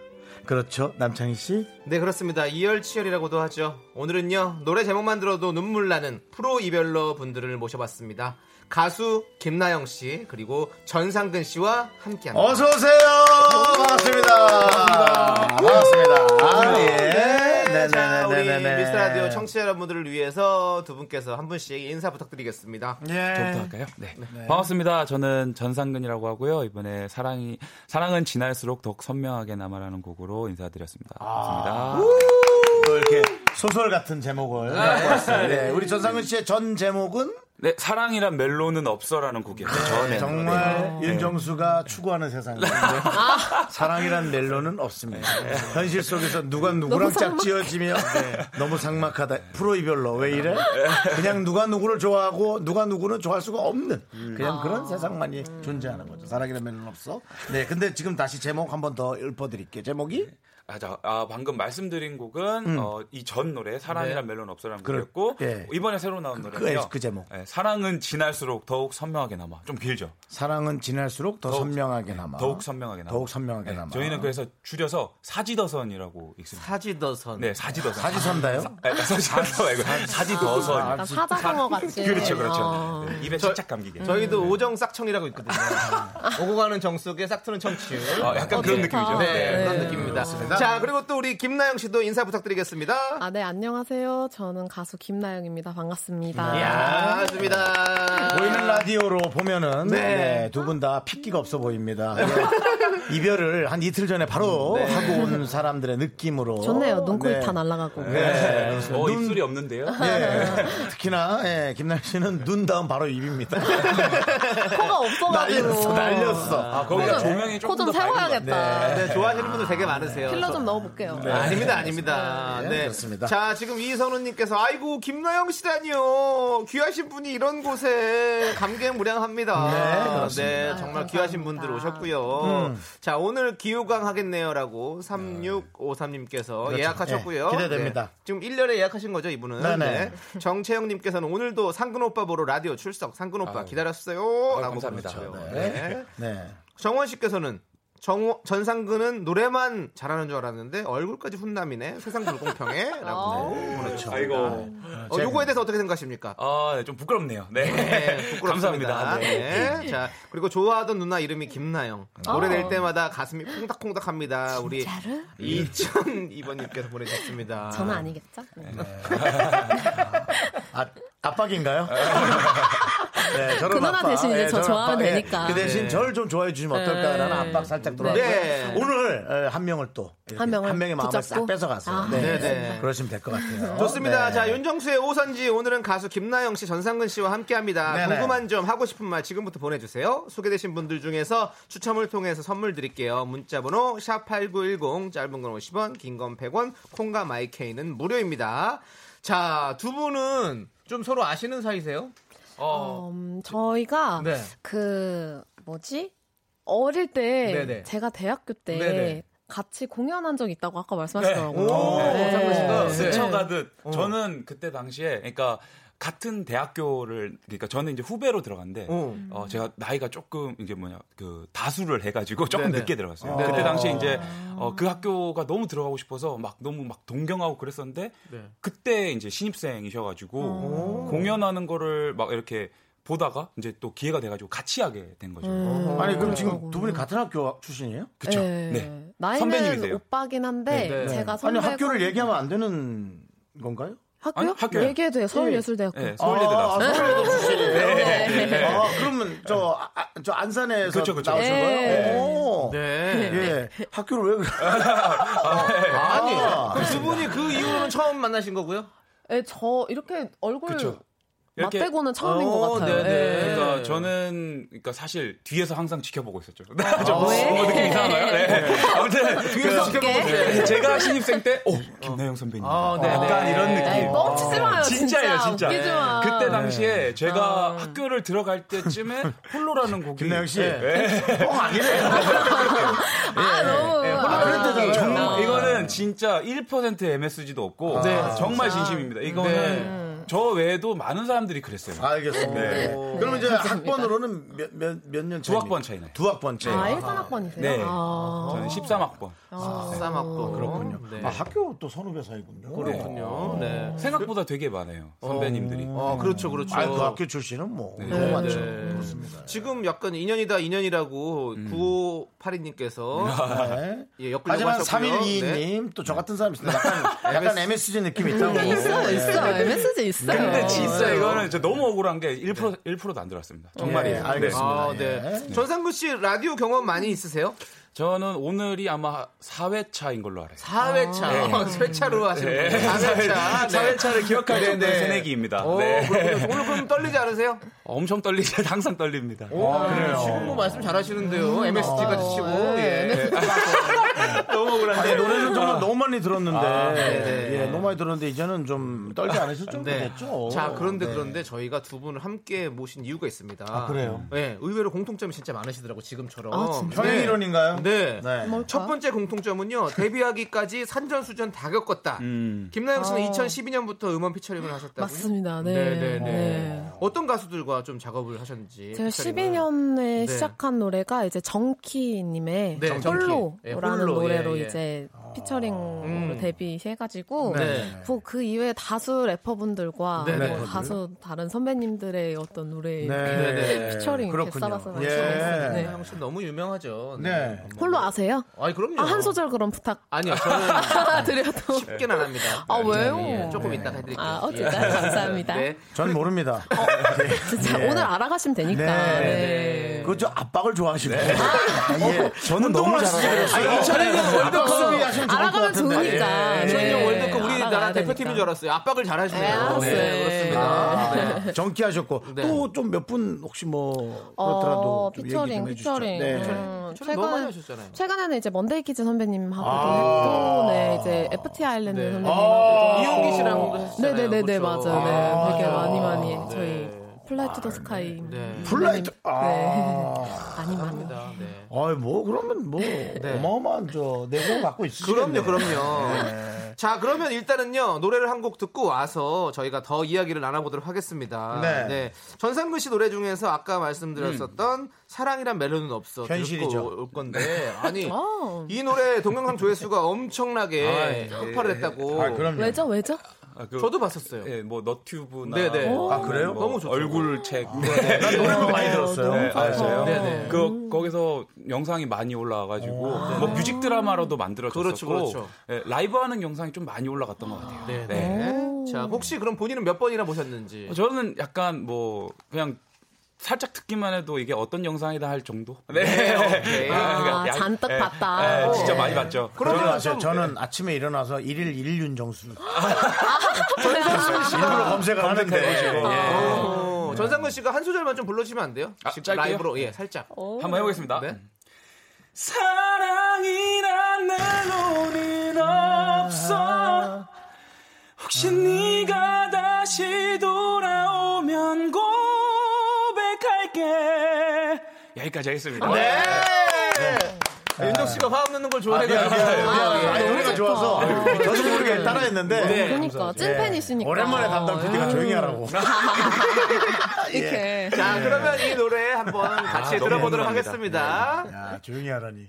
그렇죠, 남창희 씨? 네, 그렇습니다. 이열치열이라고도 하죠. 오늘은요, 노래 제목만 들어도 눈물 나는 프로 이별러 분들을 모셔봤습니다. 가수 김나영 씨, 그리고 전상근 씨와 함께 합니다. 어서 오세요. 반갑습니다. 반갑습니다. 아, 예. 네. 네, 아, 자, 네, 네, 우리 네, 네. 미스터 라디오 청취자 여러분들을 위해서 두 분께서 한 분씩 인사 부탁드리겠습니다. 예. 저부터 할까요? 네. 반갑습니다. 저는 전상근이라고 하고요. 이번에 사랑이 사랑은 지날수록 더욱 선명하게 남아라는 곡으로 인사드렸습니다. 반갑습니다. 또 이렇게 소설 같은 제목을 갖고 왔어요. 네, 우리 전상근 씨의 전 제목은 네, 사랑이란 멜로는 없어라는 곡이었죠. 전에 정말 네. 윤정수가 추구하는 세상인데 사랑이란 멜로는 없습니다. 네. 현실 속에서 누가 누구랑 짝지어지며 너무 상막하다. 프로 이별로 왜 이래? 그냥 누가 누구를 좋아하고 누가 누구는 좋아할 수가 없는 그냥 그런 세상만이 존재하는 거죠. 사랑이란 멜로는 없어. 네, 근데 지금 다시 제목 한 번 더 읊어드릴게요. 제목이 아, 자, 아, 방금 말씀드린 곡은 어, 이 전 노래 사랑이란 멜로는 없어라는 그래, 곡이었고 예. 이번에 새로 나온 그- 노래는요. 그 제목. 예, 사랑은 지날수록 더욱 선명하게 남아. 좀 길죠. 사랑은 지날수록 더 더욱- 선명하게 남아. 더욱 선명하게 남아. 더욱 선명하게 예, 남아. 저희는 그래서 줄여서 사지더선이라고 읽습니다. 사지더선. 네, 사지더선. 사지 선다요? 아, 사지더선 말고 사지더선. 아, 약간 사자성어 같이. 그렇죠, 그렇죠. 어. 네, 입에 살짝 감기게. 저희도 오정 싹청이라고 있거든요. 오고 가는 정속에 싹트는 청취. 어, 약간 그런 느낌이죠. 네, 네. 아, 그런 느낌입니다. 자, 그리고 또 우리 김나영 씨도 인사 부탁드리겠습니다. 아, 네, 안녕하세요. 저는 가수 김나영입니다. 아. 반갑습니다. 이야, 좋습니다. 보이는 라디오로 보면은 네. 두 분 다 핏기가 없어 보입니다. 예. 이별을 한 이틀 전에 바로 하고 온 사람들의 느낌으로 좋네요. 눈코입 네. 다 날아가고. 네. 그렇습니다. 어, 눈, 입술이 없는데요? 네. 예. 특히나 예, 김날 씨는 눈 다음 바로 입입니다. 어, 코가 없어가지고. 날렸어, 날렸어. 아, 거기가 조명이 코 조금 좀 더 밝은 것 세워야겠다. 네, 좋아하시는 분들 되게 많으세요. 필러 좀 넣어볼게요. 아닙니다, 아닙니다. 네, 네. 그렇습니다. 자, 지금 이선우님께서, 아이고, 김나영 씨라니요. 귀하신 분이 이런 곳에 네, 감개무량합니다. 네, 그렇습니다. 음. 정말 귀하신 분들 오셨고요. 자, 오늘 기우강 하겠네요라고 3653님께서 예약하셨고요. 네, 기대됩니다. 지금 1년에 예약하신 거죠, 이분은. 네, 네. 정채영님께서는 오늘도 상근 오빠 보러 라디오 출석, 상근 오빠 기다렸어요. 라고 감사합니다. 보내주셨고요. 네. 네. 네. 정원 씨께서는 정 전상근은 노래만 잘하는 줄 알았는데 얼굴까지 훈남이네 세상 불공평해라고 어. 보내주셨습니다. 네. 아이고. 어, 요거에 대해서 어떻게 생각하십니까? 그렇죠. 아, 네, 좀 부끄럽네요. 네. 네, 부끄럽습니다. 감사합니다. 네. 아. 네. 자 그리고 좋아하던 누나 이름이 김나영 노래 어. 낼 때마다 가슴이 콩닥콩닥합니다. 우리 진짜로? 2002번님께서 보내주셨습니다. 저는 아니겠죠? 네. 아, 압박인가요? 네, 저런 그 누나 압박. 대신 이제 예, 저 저런 좋아하면 압박. 예, 되니까. 그 대신 저를 좀 좋아해 주시면 어떨까라는 압박 살짝 들어오고 네. 오늘 에, 한 명을 또 이렇게 한 명을 한 명의 마음을 붙잡고? 싹 뺏어가서 아, 네. 네네. 그러시면 될 것 같아요. 좋습니다. 네. 자, 윤정수의 오선지 오늘은 가수 김나영 씨, 전상근 씨와 함께합니다. 네네. 궁금한 점, 하고 싶은 말 지금부터 보내주세요. 소개되신 분들 중에서 추첨을 통해서 선물 드릴게요. 문자번호 샵 #8910 짧은 건 50원, 긴 건 100원, 콩과 마이케이는 무료입니다. 자, 두 분은 좀 서로 아시는 사이세요? 어, 음, 저희가 네. 그 뭐지? 어릴 때 네네. 제가 대학교 때 네네. 네. 같이 공연한 적 있다고 아까 말씀하시더라고요. 오, 네. 장군 씨가. 어, 어. 네. 스쳐가듯 저는 그때 당시에 그러니까 같은 대학교를 그러니까 저는 이제 후배로 들어갔는데 어. 어, 제가 나이가 조금 이제 뭐냐 그 다수를 해가지고 조금 네네. 늦게 들어갔어요. 어. 그때 네네. 당시에 이제 어, 그 학교가 너무 들어가고 싶어서 막 너무 막 동경하고 그랬었는데 네. 그때 이제 신입생이셔가지고 공연하는 거를 막 이렇게 보다가 이제 또 기회가 돼가지고 같이 하게 된 거죠. 아니 그럼 지금 두 분이 같은 학교 출신이에요? 그쵸? 네. 예. 네. 나이는 선배님이세요. 오빠긴 한데 네. 제가 아니 선배 학교를 예, 얘기하면 안 되는 건가요? 학교요? 아니, 학교요. 얘기해도 돼요. 서울예술대학교. 네, 서울예대 아, 나왔어요. 아, 서울예대 출신이에요. 네. 아, 그러면 저, 아, 저 안산에서 그쵸, 그쵸. 나오신 거예요? 네. 오. 네. 예. 학교를 왜 아니, 아. 그럼 두 분이 그 이후로는 처음 만나신 거고요? 네, 저 이렇게 얼굴 그쵸. 이렇게- 맞대고는 처음인 것 어, 같아요. 네네. 예. 네. 그러니까 네. 저는 그러니까 사실 뒤에서 항상 지켜보고 있었죠. 아. 아, 네. 저 어, 왜? 느낌 이상한가요? 예. 네. 아무튼 뒤에서 지켜보고 네. 제가 신입생 때, 오 김나영 선배님, 아, 네, 약간 네. 이런 에이, 느낌. 뻥치지 마요. 진짜. 진짜예요, 진짜. 웃기지 마. 아. 그때 네. 당시에 제가 학교를 들어갈 때쯤에 홀로라는 곡이 네. 김나영 씨? 네. 아, 너무. 네, 아, 그랬대잖아요. 어, 아, 정- 이거는 진짜 1% MSG도 없고 정말 진심입니다. 이거는 네. 저 외에도 많은 사람들이 아, 그랬어요. 알겠습니다. 네. 네. 그러면 이제 감사합니다. 학번으로는 몇 몇 몇년 두 학번 차이나요. 두 학번 차이. 아, 아, 일산 학번이세요? 네. 아. 저는 13학번. 아, 싸맞고 그렇군요. 네. 아, 학교 또 선후배 사이군요. 그렇군요. 네. 생각보다 되게 많아요. 선배님들이. 어, 그렇죠, 그렇죠. 아, 그 학교 출신은 뭐 네. 너무 많죠. 네. 그렇습니다. 지금 약간 인연이다 인연이라고 9582님께서 네. 예, 엮으려고 하지만 하셨고요. 네. 3122님 또 저 같은 사람이 있어요. 약간, 약간 MSG 느낌이 네. 있다고. 네, 아, 있어, 있어. 네. MSG 있어요. 아, 근데 네, 진짜 이거는 저 너무 억울한 게 네. 1%, 1%도 안 들었습니다. 정말이에요. 예, 네. 알겠습니다. 아, 네. 전상근 씨 라디오 경험 많이 있으세요? 저는 오늘이 아마 4회차인 걸로 알아요. 4회차. 회차로 어, 하시는 네. 거예요. 4회차. 네, 4회차를 기억할 정도의 새내기입니다. 오, 네. 그렇군요. 오늘 그럼 떨리지 않으세요? 엄청 떨리죠. 항상 떨립니다. 그래요. 지금 뭐 말씀 잘하시는데요. MSG가 드시고. 예. 너무 억울한데. 아니, 노래는 정말 너무 많이 들었는데. 네네. 예, 너무 많이 들었는데 이제는 좀 떨지 않으셔도 좀 되겠죠. 자, 그런데 네. 그런데 저희가 두 분을 함께 모신 이유가 있습니다. 아, 그래요? 네, 의외로 공통점이 진짜 많으시더라고 지금처럼. 아, 진짜? 평행 네. 이론인가요? 네. 아, 네. 첫 번째 공통점은요. 데뷔하기까지 산전수전 다 겪었다. 김나영 씨는 2012년부터 음원 피처링을 하셨다고요? 음. 아. 맞습니다. 네. 네, 네, 네. 네. 어떤 가수들과 좀 작업을 하셨는지. 제가 예, 피처링을. 12년에 네. 시작한 노래가 이제 정키님의 네, 정키. 홀로라는 예, 홀로, 노래로 예, 예. 이제 피처링으로 음. 데뷔해가지고 네. 뭐그 이외에 다수 래퍼분들과 네, 뭐 래퍼들. 다수 다른 선배님들의 어떤 노래 네, 네. 피처링 이렇게 그렇군요. 써봐서 예. 네. 나영 씨 너무 유명하죠. 네. 홀로 아세요? 아니 그럼요. 아, 한 소절 그럼 부탁 아니요, 저는 드려도 쉽게는 안 합니다. 아, 왜요? 예, 조금 네. 이따 해드릴게요. 아, 어, 진짜요? 감사합니다. 네. 전 모릅니다. 어, 예. 진짜 오늘 알아가시면 되니까. 네. 네. 그저 압박을 좋아하시고. 예. 저는 너무 잘하시더라고요. 아, 저는 월드컵, 수비 하시면 좋을 것 알아가면 같은데. 좋으니까. 예. 저는 네. 월드컵 우리나라 알아가야 대표팀인 되니까. 줄 알았어요. 압박을 잘 네, 아. 하시네요. 알았어요. 그렇습니다. 네. 정기하셨고 네. 또 좀 몇 분 혹시 뭐 그렇더라도 어, 좀 피처링, 얘기 좀 피처링. 해주시죠. 네. 음, 저는 너무 많이 최근, 하셨잖아요. 최근에는 이제 먼데이 키즈 선배님하고도 아. 했고, 네, 이제 FT 아일랜드 네. 선배님하고도. 이용기 씨랑도 했었잖아요. 네네네네, 그렇죠? 맞아요. 아. 네, 되게 많이 많이 네. 저희 플라이 투더 스카이. 네. 플라이트. 네. 아. 많이 많이. 합니다. 네. 아이 뭐 그러면 뭐 어마어마한 저 내공 갖고 있으시겠네. 그럼요, 그럼요. 네. 자, 그러면 일단은요, 노래를 한 곡 듣고 와서 저희가 더 이야기를 나눠보도록 하겠습니다. 네. 전상근 씨 노래 중에서 아까 말씀드렸었던 음. 사랑이란 멜로는 없어. 현실이죠. 듣고 올 건데. 아니, 어. 이 노래 동영상 조회수가 엄청나게 폭발을 했다고. 예. 아 그럼요. 왜죠, 왜죠? 아, 그- 저도 봤었어요. 예, 뭐 너튜브나 네네. 아 그래요? 뭐 너무 좋죠. 네. 얼굴 책. 네, 난 노래만 많이 들었어요. 네, 아, 그래요? 네네. 아. 그 거기서 영상이 많이 올라와가지고 뭐 뮤직 드라마로도 만들어졌었고 네. 그렇죠, 그렇죠. 예, 라이브하는 영상이 좀 많이 올라갔던 것 같아요. 네네. 네. 네. 자, 혹시 그럼 본인은 몇 번이나 보셨는지. 어, 저는 약간 뭐 그냥 살짝 듣기만 해도 이게 어떤 영상이다 할 정도. 네. 오케이. 어, 아, 잔뜩 예, 봤다. 예, 진짜 네. 많이 봤죠. 저는, 그러면 아세요? 좀 저는 아침에 일어나서 일일 일윤정수 네. 아, 일부러 검색을 하는데 어, 전상근 씨가 한 소절만 좀 불러주시면 안 돼요? 아, 지금 짧게요? 라이브로 네. 예 살짝. 어, 한번 해보겠습니다. 네. 사랑이란 멜로는 없어 혹시 아. 네가 다시 돌아오면 고백할게 여기까지 하겠습니다. 네. 윤정 씨가 화음 넣는 걸 좋아해가지고. 네. 아, 너무 노래가 좋다. 좋아서 저도 모르게 따라했는데 그러니까, 찐팬이시니까. 네. 오랜만에 담당 PD가 조용히 하라고. 이렇게. 자 그러면 이 노래 아, 한번 같이 들어보도록 하겠습니다. 야, 조용히 하라니.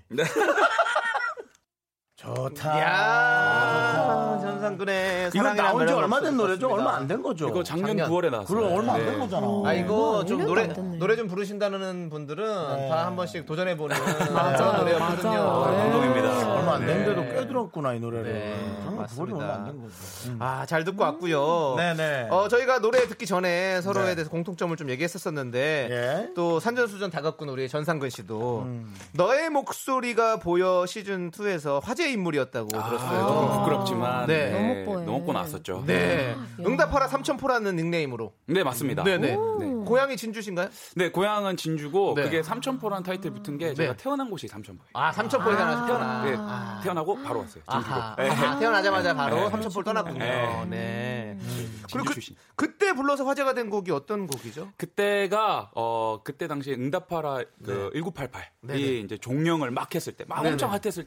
좋다. 야 전상근의 이거 사랑이란 나온 지 노래가 얼마 된 없었습니다. 노래죠? 얼마 안 된 거죠? 이거 그렇죠. 작년, 작년. 9월에 나왔어요. 그럼 얼마 안 네. 된 거잖아. 아 이거 음, 좀 일년도 노래 안 됐네. 노래 좀 부르신다는 분들은 네. 다 한 번씩 도전해보는 맞아요, 노래였거든요. 맞아요. 네. 감동입니다. 네. 얼마 안 된데도 꽤 들었구나 이 노래를. 네, 작년 9월이 맞습니다. 얼마 안 된 거죠. 음. 아잘 듣고 왔고요. 네네. 어 저희가 노래 듣기 전에 서로에 네. 대해서 공통점을 좀 얘기했었었는데 예. 또 산전수전 다가꾼 우리 전상근 씨도 음. 너의 목소리가 보여 시즌 2에서 화제 인물이었다고 들었어요. 아, 아. 조금 부끄럽지만 아. 네. 너무 뽀해. 넘고 났었죠. 네. 아. 응답하라 삼천포라는 닉네임으로. 네, 맞습니다. 네네. 네. 고향이 진주신가요? 네, 고향은 진주고 네. 그게 삼천포라는 타이틀 붙은 게 제가 네. 태어난 곳이 삼천포예요. 아 삼천포에 태어나서 태어나. 네, 아. 태어나고 바로 왔어요. 진주로. 아하. 아하, 태어나자마자 바로 삼천포를 떠났군요. 네. 네. 음. 진주 출신. 그, 때 불러서 화제가 된 곡이 어떤 곡이죠? 그때가 어 그때 당시 응답하라 그 1988이 네. 네네. 이제 어. 종영을 막 했을 때 막 엄청 핫했을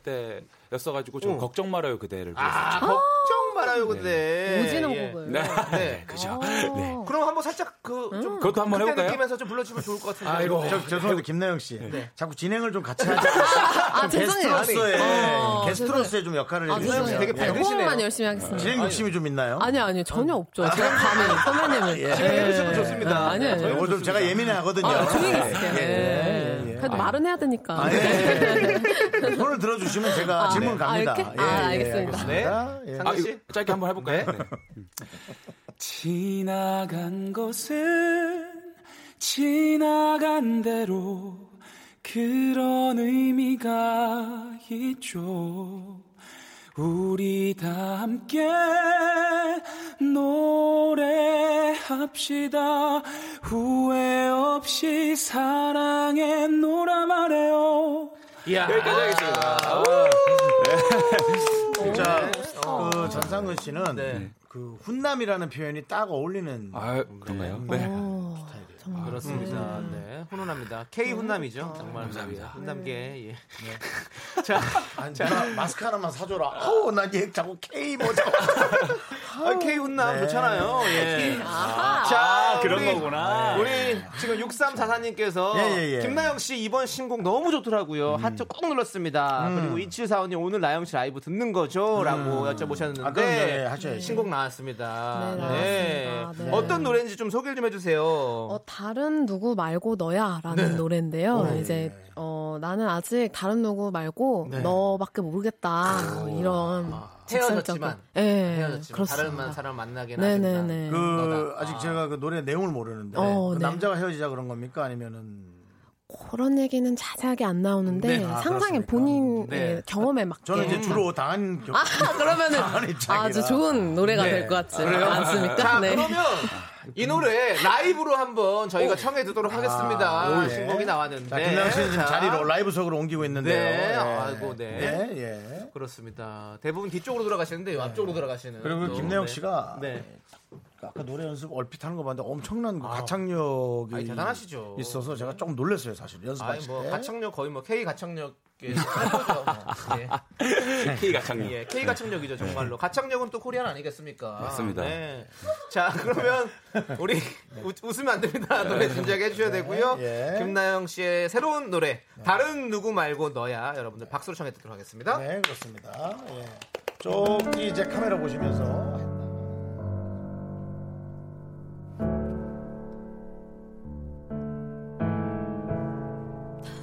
때였어가지고 좀 걱정 말아요 그대를 불렀었죠. 걱정 말아요, 근데. 오지는 예. 곡을. 네. 음. 네. 그죠. 네. 그럼 한번 살짝 그, 좀. 그것도 한번 그때 해볼까요? 느끼면서 좀 불러주면 좋을 것 같은데. 아이고. 저, 죄송한데 김나영 씨 자꾸 진행을 좀 같이 하자. 아, 죄송해요. 게스트로서의 어, 게스트로서의 좀 역할을 아, 해주세요. 죄송해요. 되게 네, 밝으시네요. 호흡만 열심히 하겠습니다. 진행 욕심이 좀 있나요? 아니요, 아니요. 전혀 없죠. 지금 밤에 선배님은. 예. 네. 해주셔도 좋습니다. 네. 아니요, 아니요. 요거 네, 좀 제가 예민해 하거든요. 아, 조용히 있을게요. 예. 예, 예. 그래도 말은 해야 되니까. 아, 예, 예. 손을 들어주시면 제가 네. 아, 질문 네. 갑니다. 예, 아, 이렇게? 아, 알겠습니다. 네. 예. 상근 씨. 아, 이거 짧게 한번 해볼까요? 네. 지나간 것은 지나간 대로 그런 의미가 있죠. 우리 다 함께 노래합시다. 후회 없이 사랑해 놀아 말해요. 여기까지 아, 하겠습니다. 자, 그 전상근 씨는 어. 네. 그 훈남이라는 표현이 딱 어울리는 아, 그런가요? 네. 그렇습니다. 음. 네. 훈훈합니다. K 훈남이죠. 정말 감사합니다. 훈남계. 예. 자, 아니, 나 마스크 하나만 사줘라. 아우, 나얘 자꾸 K 뭐죠? 아, K 훈남 좋잖아요. 예. 아, 아, 자, 그런 거구나. 우리 지금 6344님께서 예, 예, 음. 예. 김나영 씨 이번 신곡 너무 좋더라고요. 하트 꾹 눌렀습니다. 음. 그리고 이치사원님 오늘 나영 씨 라이브 듣는 거죠? 라고 여쭤보셨는데 아, 그럼요. 예, 하셔야죠. 신곡 나왔습니다. 네, 나왔습니다. 네. 어떤 노래인지 좀 소개를 좀 해주세요. 어, 다른 누구 말고 너야라는 노래인데요. 이제 어, 나는 아직 다른 누구 말고 너밖에 모르겠다. 이런 헤어졌지만. 직설적인- 예. 헤어졌지만 그렇습니다. 다른 사람 만나게 네네네. 나준다. 그, 아직 제가 그 노래 내용을 모르는데. 어, 그 네. 남자가 헤어지자 그런 겁니까? 아니면은. 그런 얘기는 자세하게 안 나오는데 네. 아, 상상해 그렇습니까? 본인의 네. 경험에 맞게. 저는 이제 주로 당한 경 아 그러면은 당한 입장이라. 아주 좋은 노래가 네. 될 것 같지 않습니까? 자, 네. 그러면 이 노래 라이브로 한번 저희가 청해 듣도록 하겠습니다. 오, 예. 신곡이 나왔는데. 자, 김나영 씨는 지금 네. 자, 자리로 라이브석으로 옮기고 있는데요. 네, 예. 아이고, 네. 네, 예. 그렇습니다. 대부분 뒤쪽으로 돌아가시는데 네. 앞쪽으로 돌아가시는. 그리고 또, 김나영 네. 씨가 네. 아까 노래 연습 얼핏 하는 거 봤는데 엄청난 그 가창력이 아니, 대단하시죠. 있어서 제가 조금 놀랐어요 사실 연습할 아니 때. 뭐 가창력 거의 뭐 K 가창력 예, 예. K 가창력. 예, K 가창력이죠 네. 정말로 가창력은 또 코리안 아니겠습니까? 맞습니다. 네. 자 그러면 우리 웃- 웃으면 안 됩니다. 노래 진지하게 해주셔야 되고요. 네. 예. 네. 김나영 씨의 새로운 노래 다른 누구 말고 너야 여러분들 박수로 청해 듣도록 하겠습니다. 네 그렇습니다. 예. 쪽지 이제 카메라 보시면서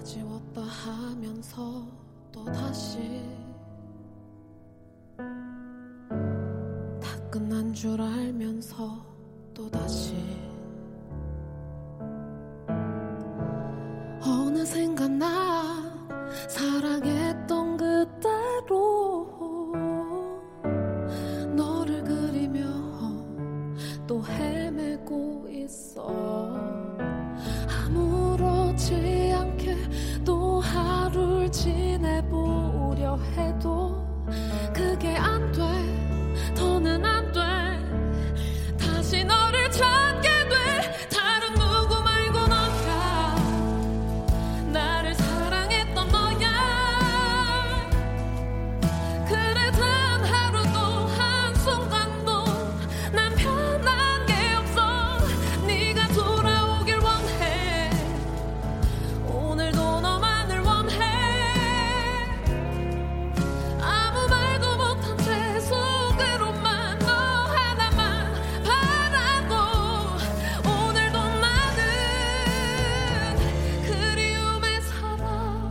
지웠다 하면서 또 다시 다 끝난 줄 알면서 또 다시 어느샌가 나 사랑했던 그 그대로 너를 그리며 또 헤매고 있어 아무렇지 않게 또 하루를 지내보려 해도 그게 안 돼, 더는 안 돼. 다시 너를 찾게 돼, 다른 누구 말고 너야. 나를 사랑했던 너야. 그래 단 하루도 한순간도 난 편한 게 없어 네가 돌아오길 원해 오늘도 너만을 원해 아무 말도 못한 채 속으로만 너 하나만 바라고 오늘도 나는 그리움에 살아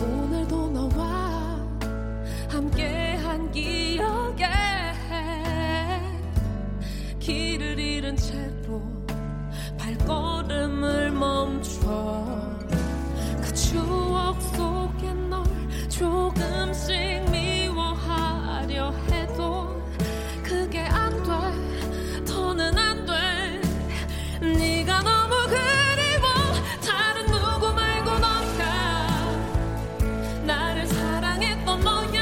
오늘도 너와 함께한 기억에 길을 잃은 채로 발걸음을 멈춰 그 추억 속에 널 조금씩 미워하려 해도 그게 안 돼 더는 안 돼 네가 너무 그리워 다른 누구 말고 너가 나를 사랑했던 너야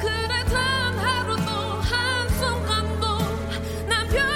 그래 단 하루도 한순간도 그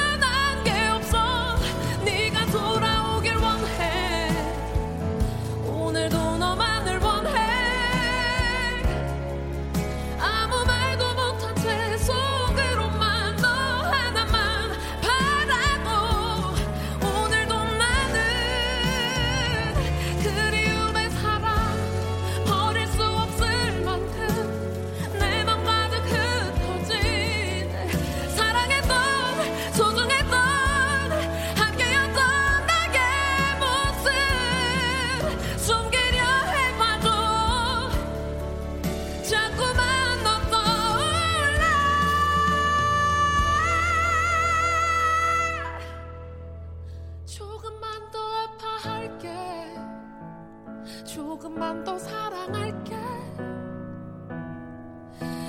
조금만 더 사랑할게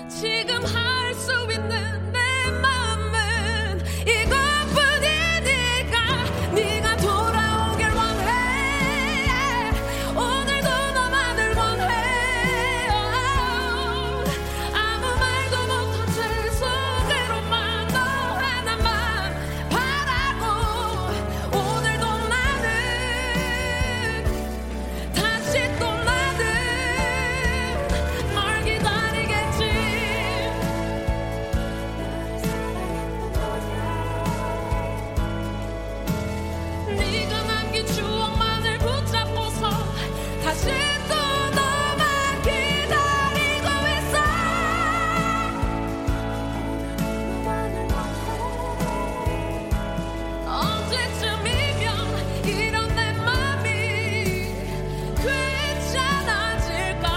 지금 할 수 있는 내 마음은 이것뿐이니까 네가 돌아오길 원해 오늘도 너만을 원해 아무 말도 못한 채 속으로만 너 하나만 바라고 오늘도 나는 다시 또 나는 널 기다리겠지 나의 사랑의 포도야 네가 남긴 추억만을 붙잡고서 다시 또 너만 기다리고 있어 오늘도 너만을 원해 언제쯤이면 이런 내 맘이 괜찮아질까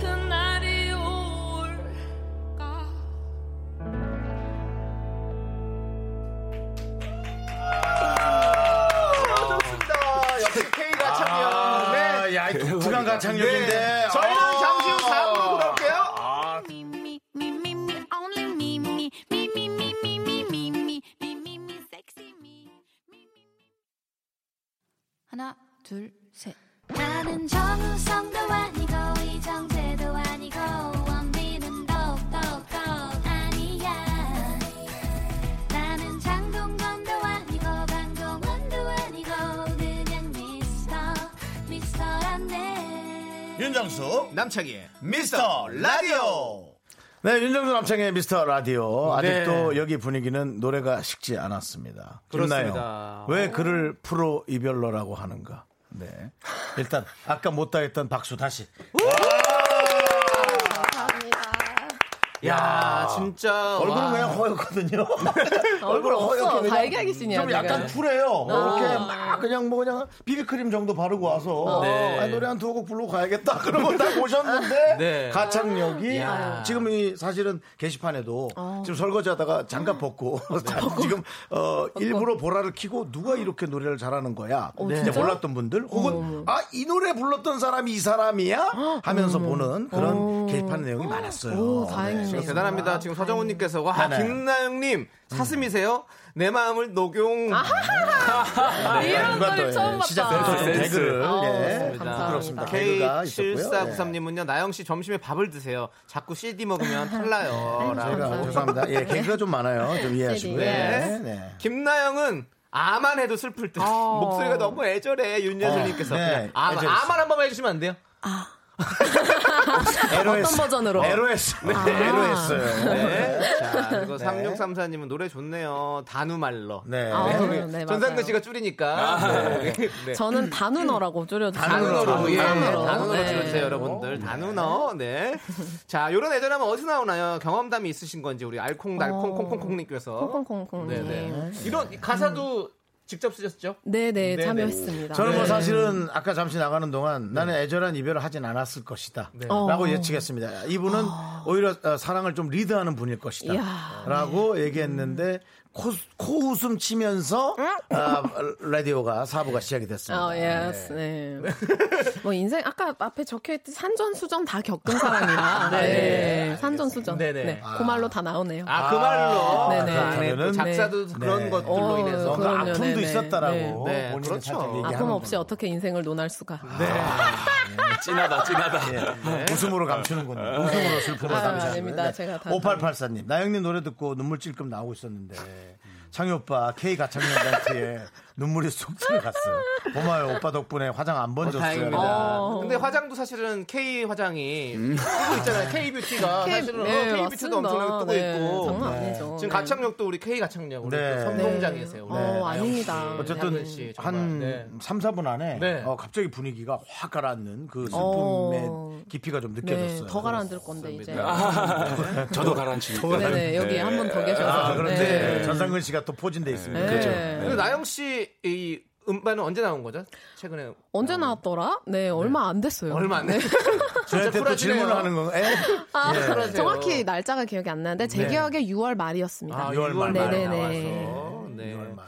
그날이 올까 좋습니다. 역시 K가 참여. 네. 아, 야, 독특한 가창력인데. 어. 저희는 잠시 후 4부로 돌아올게요. 하나, 둘, 셋. 나는 정우성도 아니고 이정재도 아니고 원빈은 더욱더 아니야 나는 장동건도 아니고 강동원도 아니고 그냥 미스터 미스터란데 윤정수, 남창희의 미스터 라디오. 네, 윤정수 남창의 미스터 라디오. 아직도 여기 분위기는 노래가 식지 않았습니다. 그렇습니다. 김나영, 왜 그를 프로 이별러라고 하는가? 네. 일단 아까 못다 했던 박수 다시. 야, 진짜. 얼굴은 뭐. 와. 그냥 허였거든요. 얼굴 없어. 그냥. 발기하기 씬이야, 좀 내가. 어. 약간 쿨해요. 뭐 이렇게 막 그냥 뭐 그냥 비비크림 정도 바르고 와서 어. 네. 아, 노래 한 두 곡 부르고 가야겠다. 그러고 딱 오셨는데 네. 가창력이 야. 지금 이 사실은 게시판에도 어. 지금 설거지하다가 장갑 벗고 음. 지금 어, 일부러 보라를 켜고 누가 이렇게 노래를 잘하는 거야. 이제 어, 진짜? 몰랐던 분들 혹은 아 이 노래 불렀던 사람이 이 사람이야 하면서 보는 그런 게시판 내용이 많았어요. 음. 어. 오, 네. 다행이네요. 대단합니다. 지금 서정훈님께서 와 네, 네. 김나영님 사슴이세요? 내 마음을 녹용. 네, 아, 이런 누가 또, 걸 처음 예, 봤다. 시작된 또 센스. 개그를 어, 예. 감사합니다. 그렇습니다. 개그가 있었고요. 네. K7493님은요 나영 씨 점심에 밥을 드세요. 자꾸 CD 먹으면 탈나요. 예. 라고. 저희가 죄송합니다. 예, 개그가 좀 많아요. 좀 이해하시고요. 네. 네. 네. 김나영은 아만 해도 슬플 듯 목소리가 너무 애절해 윤여슬님께서 어, 네. 그냥 아, 애절했어요. 아만 한 번만 해주시면 안 돼요? LOS. 버전으로? LOS. 아. 네. LOS요. 어. 네. 자 그리고 3634님은 노래 좋네요. 다누말러. 네. 아, 네. 네, 맞아요. 전상근 씨가 줄이니까. 네. 네. 저는 단운어라고 줄여서 단운어로 예, 단운어로. 단운어로 네. 들으세요 여러분들 단운어 네자 이런 애절함은 어디서 나오나요 경험담이 있으신 건지 우리 알콩달콩 어. 콩콩콩님께서 콩콩콩콩님. 네네 이런 가사도 직접 쓰셨죠 네네, 네네. 참여했습니다. 저는 뭐 네. 사실은 아까 잠시 나가는 동안 나는 애절한 이별을 하진 않았을 것이다. 어. 아. 라고 예측했습니다. 이분은 오히려 어, 사랑을 좀 리드하는 분일 것이다. 이야, 네. 라고 얘기했는데 코, 코웃음 치면서 아, 라디오가 사부가 시작이 됐습니다. 어, 예스. 네. 뭐 인생 아까 앞에 적혀 있듯이 산전 수전 다 겪은 사람이라. 네. 산전 수전. 네 네네. 그 말로 다 나오네요. 아 그 말로 네네. 그 안에 또 그러면은- 작사도 네. 그런 네. 것들로 어, 인해서 뭔가 그럼요. 아픔도 네네. 있었다라고 네. 아, 본인이 그렇죠. 살짝 얘기하는 아픔 없이 거죠. 어떻게 인생을 논할 수가. 네. 진하다, 진하다. 웃음으로 감추는 군요 웃음으로 슬픔을 아, 아유, 감추는 아닙니다. 제가 다- 5884님 네. 나영님 노래 듣고 눈물 찔끔 나오고 있었는데 창희 오빠 K 가창력 멘트에 눈물이 쏙 들어갔어요. 고마워요 오빠 덕분에 화장 안 어, 번졌어요. 다행입니다. 어. 근데 화장도 사실은 K 화장이 뜨고 있잖아요. K 뷰티가 K- 사실은 네, K 뷰티도 맞습니다. 엄청나게 뜨고 네, 있고 장난 아니죠. 지금 네. 가창력도 우리 K 가창력 우리 네. 또 선동장이세요. 우리. 어, 아닙니다. 어쨌든 장은 씨, 정말. 한 네. 3, 4분 안에 네. 어, 갑자기 분위기가 확 가라앉는 그 슬픔의 어. 깊이가 좀 네, 느껴졌어요. 더 가라앉을 건데 이제. 아, 저도 가라앉히니까. 네네, 여기 한 번 더 계셔서. 아, 그런데 그렇죠. 네. 전상근 씨가 또 포진돼 있습니다. 네. 그죠? 근데 나영 씨 이 음반은 언제 나온 거죠? 최근에 언제 나왔더라? 네, 얼마 안 됐어요. 얼마 안 네. 돼. 저한테 또 질문을 하는 건가요? 에? 아, 그러세요. 정확히 날짜가 기억이 안 나는데 제 네. 기억에 6월 말이었습니다. 아, 유월 6월 말에 말 나와서. 네. 정말.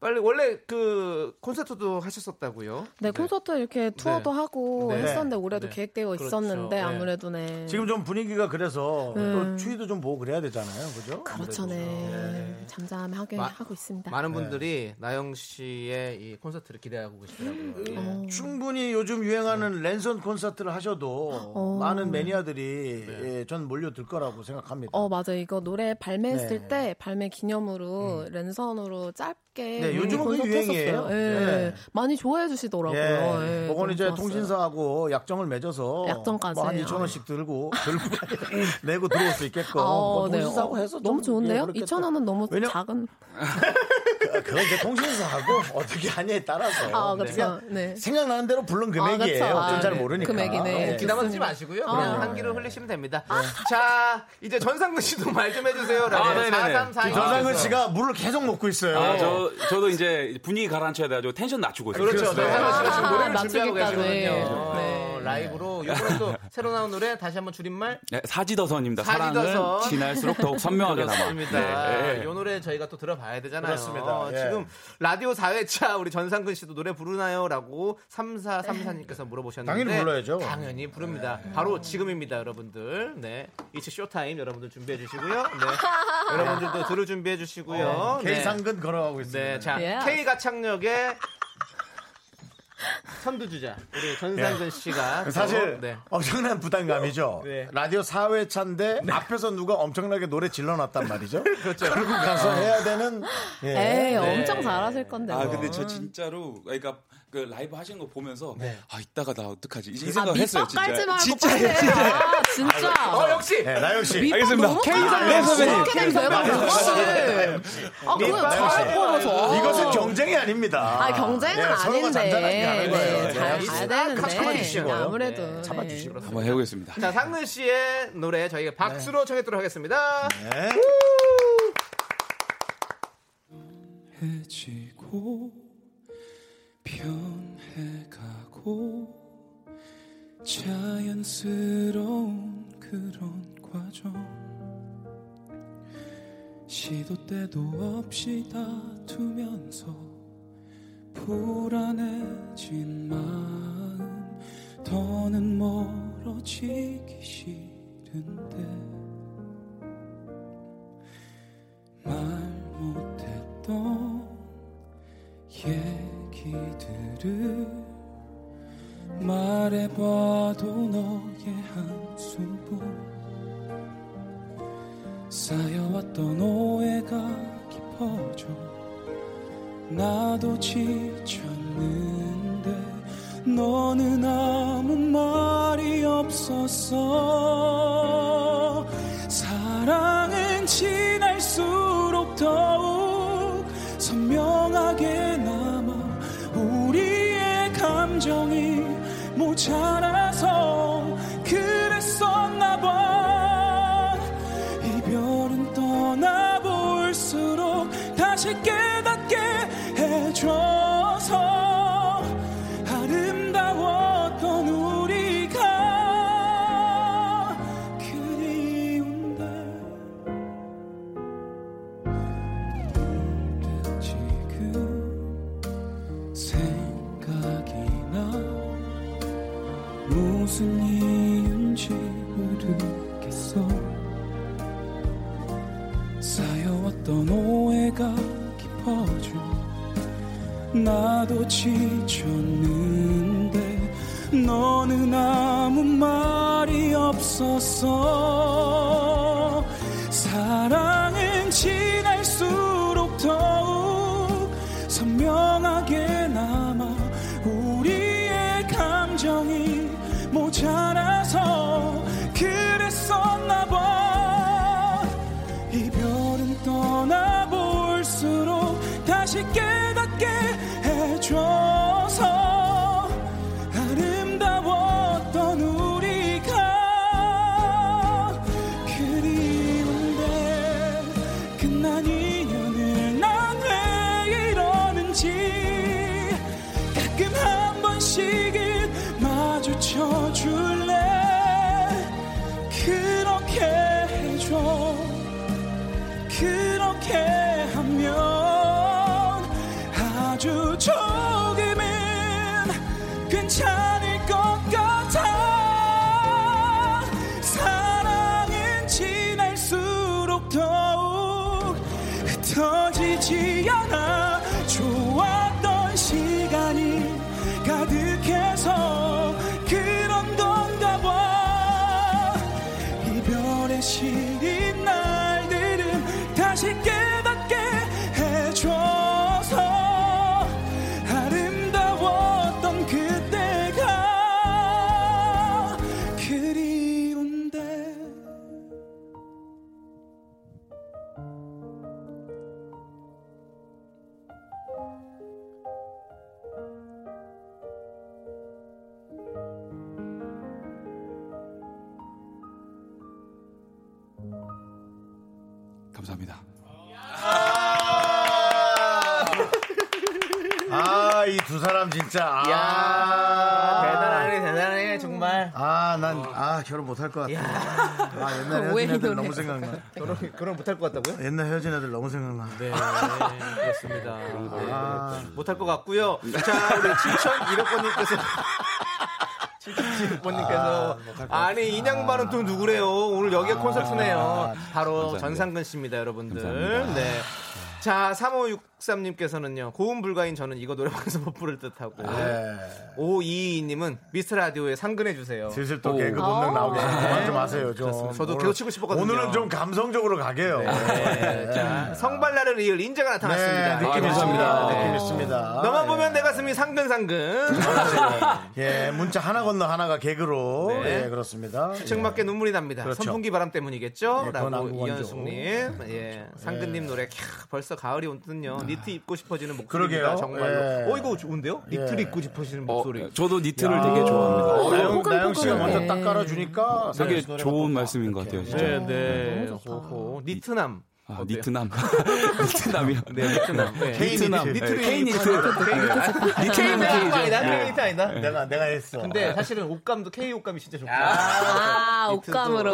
빨리 원래 그 콘서트도 하셨었다고요. 네, 콘서트 이렇게 투어도 하고 네. 했었는데 올해도 네. 계획되어 그렇죠. 있었는데 네. 아무래도 네. 지금 좀 분위기가 그래서 네. 또 추위도 좀 보고 그래야 되잖아요. 그죠? 그렇죠, 네. 예. 잠잠하게 마- 하고 있습니다. 네. 많은 분들이 나영 씨의 이 콘서트를 기대하고 음. 계시더라고요. 예. 충분히 요즘 유행하는 랜선 콘서트를 하셔도 어. 많은 매니아들이 네. 예, 전 몰려들 거라고 생각합니다. 어 맞아 요 이거 노래 발매했을 네. 음. 때 발매 기념으로 랜선으로 짧게 네, 요즘은 그게 유행이에요. 콘서트했었어요. 예. 네. 많이 좋아해 주시더라고요. 예. 예, 그건 너무 이제 좋았어요. 통신사하고 약정을 맺어서 약정까지. 네. 뭐한 2천 원씩 들고 들고 내고 들어올 수 있게끔 아, 뭐 네. 통신사하고 해서 좀, 너무 좋은데요? 예, 2천 원은 너무 왜냐- 작은. 네, 그렇게- 그건 이제 통신사하고 어떻게 그러니까 하냐에 따라서 아 그렇죠. 그냥 네. 생각나는 대로 부른 아, 그쵸. 금액이에요. 아, 어잘 네. 모르니까. 금액이네. 예. 기다 만쓰지 마시고요. 그냥 아. 한기를 흘리시면 됩니다. 아. 자, 이제 전상근 씨도 말 좀 해주세요. 아, 네네네. 지금 아, 전상근 씨가 네. 물을 계속 먹고 있어요. 아, 저, 저도 이제 분위기 가라앉혀야 돼가지고 텐션 낮추고 있어요. 그렇죠. 네. 전상근 씨가 지금 아, 노래를 준비하고 맞추기까지. 계시거든요. 네. 어, 라이브로 요번에 또 새로 나온 노래 다시 한번 줄임말 네, 사지더선입니다. 사지더선. 사랑은 지날수록 더욱 선명하게 남아. 그렇습니다. 네, 네. 이 노래 저희가 또 들어봐야 되잖아요. 예. 그렇습니다. 예. 지금 라디오 4회차 우리 전상근 씨도 노래 부르나요라고 3434님께서 물어보셨는데 당연히 불러야죠. 예. 당연히 부릅니다. 바로 지금입니다, 여러분들. 네. 이츠 쇼타임 여러분들 준비해 주시고요. 네. 여러분들도 들을 준비해 주시고요. 네. 예. K상근 걸어가고 있습니다. 네, 자 예. K 가창력의 선두주자 우리 전상근 예. 씨가 또, 그 어, 사실 네. 엄청난 부담감이죠. 네. 라디오 4회차인데 네. 앞에서 누가 엄청나게 노래 질러놨단 말이죠. 그렇죠. 그리고 가서 해야 되는 예. 아. 에이 엄청 잘하실 건데. 아 뭐. 근데 저 진짜로 그러니까 그 라이브 하시는 거 보면서 네. 아 이따가 나 어떡하지 이 아, 생각을 했어요 밑밥 진짜 깔지 말고 진짜 빨리 해. 아, 진짜. 어 역시 네, 나영 씨. 알겠습니다 너무 K 잘해. 선배 아, 선배님 그렇게 되면 내가 아, 뭐지? 아, 그거 나영 씨. 잘 보여서. 이것은 경쟁이 아닙니다. 아, 경쟁은 예, 아닌데. 서로가 잔잔한 게 아닌 거예요. 네, 예. 잘 예. 가야 되는데. 잡아주시고요. 예. 아무래도. 네. 잡아주시고요. 한번 해보겠습니다 자 상근 씨의 노래 저희가 박수로 청해도록 하겠습니다. 네. 해지고 변해가고 자연스러운 그런 과정 시도 때도 없이 다투면서 불안해진 마음 더는 멀어지기 싫은데 말 못했던 얘기들을 말해봐도 너의 한숨뿐 쌓여왔던 오해가 깊어져 나도 지쳤는데 너는 아무 말이 없었어 사랑은 지날수록 더욱 선명하게 남아 우리의 감정이 모자라서 그랬었나봐 이별은 떠나볼수록 다시 깨닫게 해줘서 아름다웠던 우리가 그리운데 문득 지금 생각이 나 무슨 이유인지 모르겠어 쌓여왔던 오해가 깊어져 나도 지쳤는데 너는 아무 말이 없었어 사랑은 지날수록 더욱 선명하게 남아 우리의 감정이 모자라서 그랬었나 봐 이별은 떠나볼수록 다시 깨닫게 해줘서 아름다웠던 우리가 그리운데 오랜 시인 날들은 다시 깨닫게 해줘서 아름다웠던 그때가 그리운데 감사합니다. 아, 이 두 사람 진짜. 아. 이야, 대단하네, 대단해, 정말. 아, 난, 아, 결혼 못할 것 같아. 아, 옛날 헤어진 애들 너무 생각나. 결혼, 결혼 못할 것 같다고요? 옛날 헤어진 애들 너무 생각나. 네, 그렇습니다. 네. 못할 것 같고요. 자, 우리 7001호권님께서. 7001호권님께서. 아, 니 인양반은 또 누구래요? 오늘 여기가 콘서트네요. 바로 전상근 씨입니다, 여러분들. 네. 자, 3563님께서는요, 고음불가인 저는 이거 노래방에서 못 부를 듯 하고, 네. 522님은 미스터 라디오에 상근해주세요. 슬슬 또 개그 아. 본능 나오기 시작. 그만 네. 좀 하세요, 좀. 저도 계속 치고 싶었거든요. 오늘은 좀 감성적으로 가게요. 네. 자, 성발랄을 이을 인재가 나타났습니다. 네, 느낌 아, 있습니다. 네. 느낌 있습니다. 너만 보면 내 가슴이 상근상근. 예, 문자 하나 건너 하나가 개그로. 네. 예, 그렇습니다. 정맞게 눈물이 납니다. 그렇죠. 선풍기 바람 때문이겠죠? 네, 그건 라고 안구건조. 이현숙님, 예, 상근님 노래 캬, 벌써 가을이 온듯요. 니트 입고 싶어지는 목소리입니다. 그러게요. 정말로. 예. 어 이거 좋은데요? 니트 를 입고 싶어지는 목소리. 저도 니트를 야. 네. 되게 좋아합니다. 나영, 나영 씨가 먼저 딱 깔아주니까. 어, 네. 되게 사연 노래가 좋은 말씀인 것 같아요, 진짜. 네, 네. 호호. 니트남. 아, 어때요? 니트남. 니트남이요. 네, 니트남. 네. 니트남. 니트. 네, 케이 케이 니트. 니트남 니트 케이죠. 아니다. 케이 니트 아니다. 내가, 내가 했어. 아, 근데 사실은 옷감도 K 옷감이 진짜 좋고. 아, 네. 니트도. 옷감으로.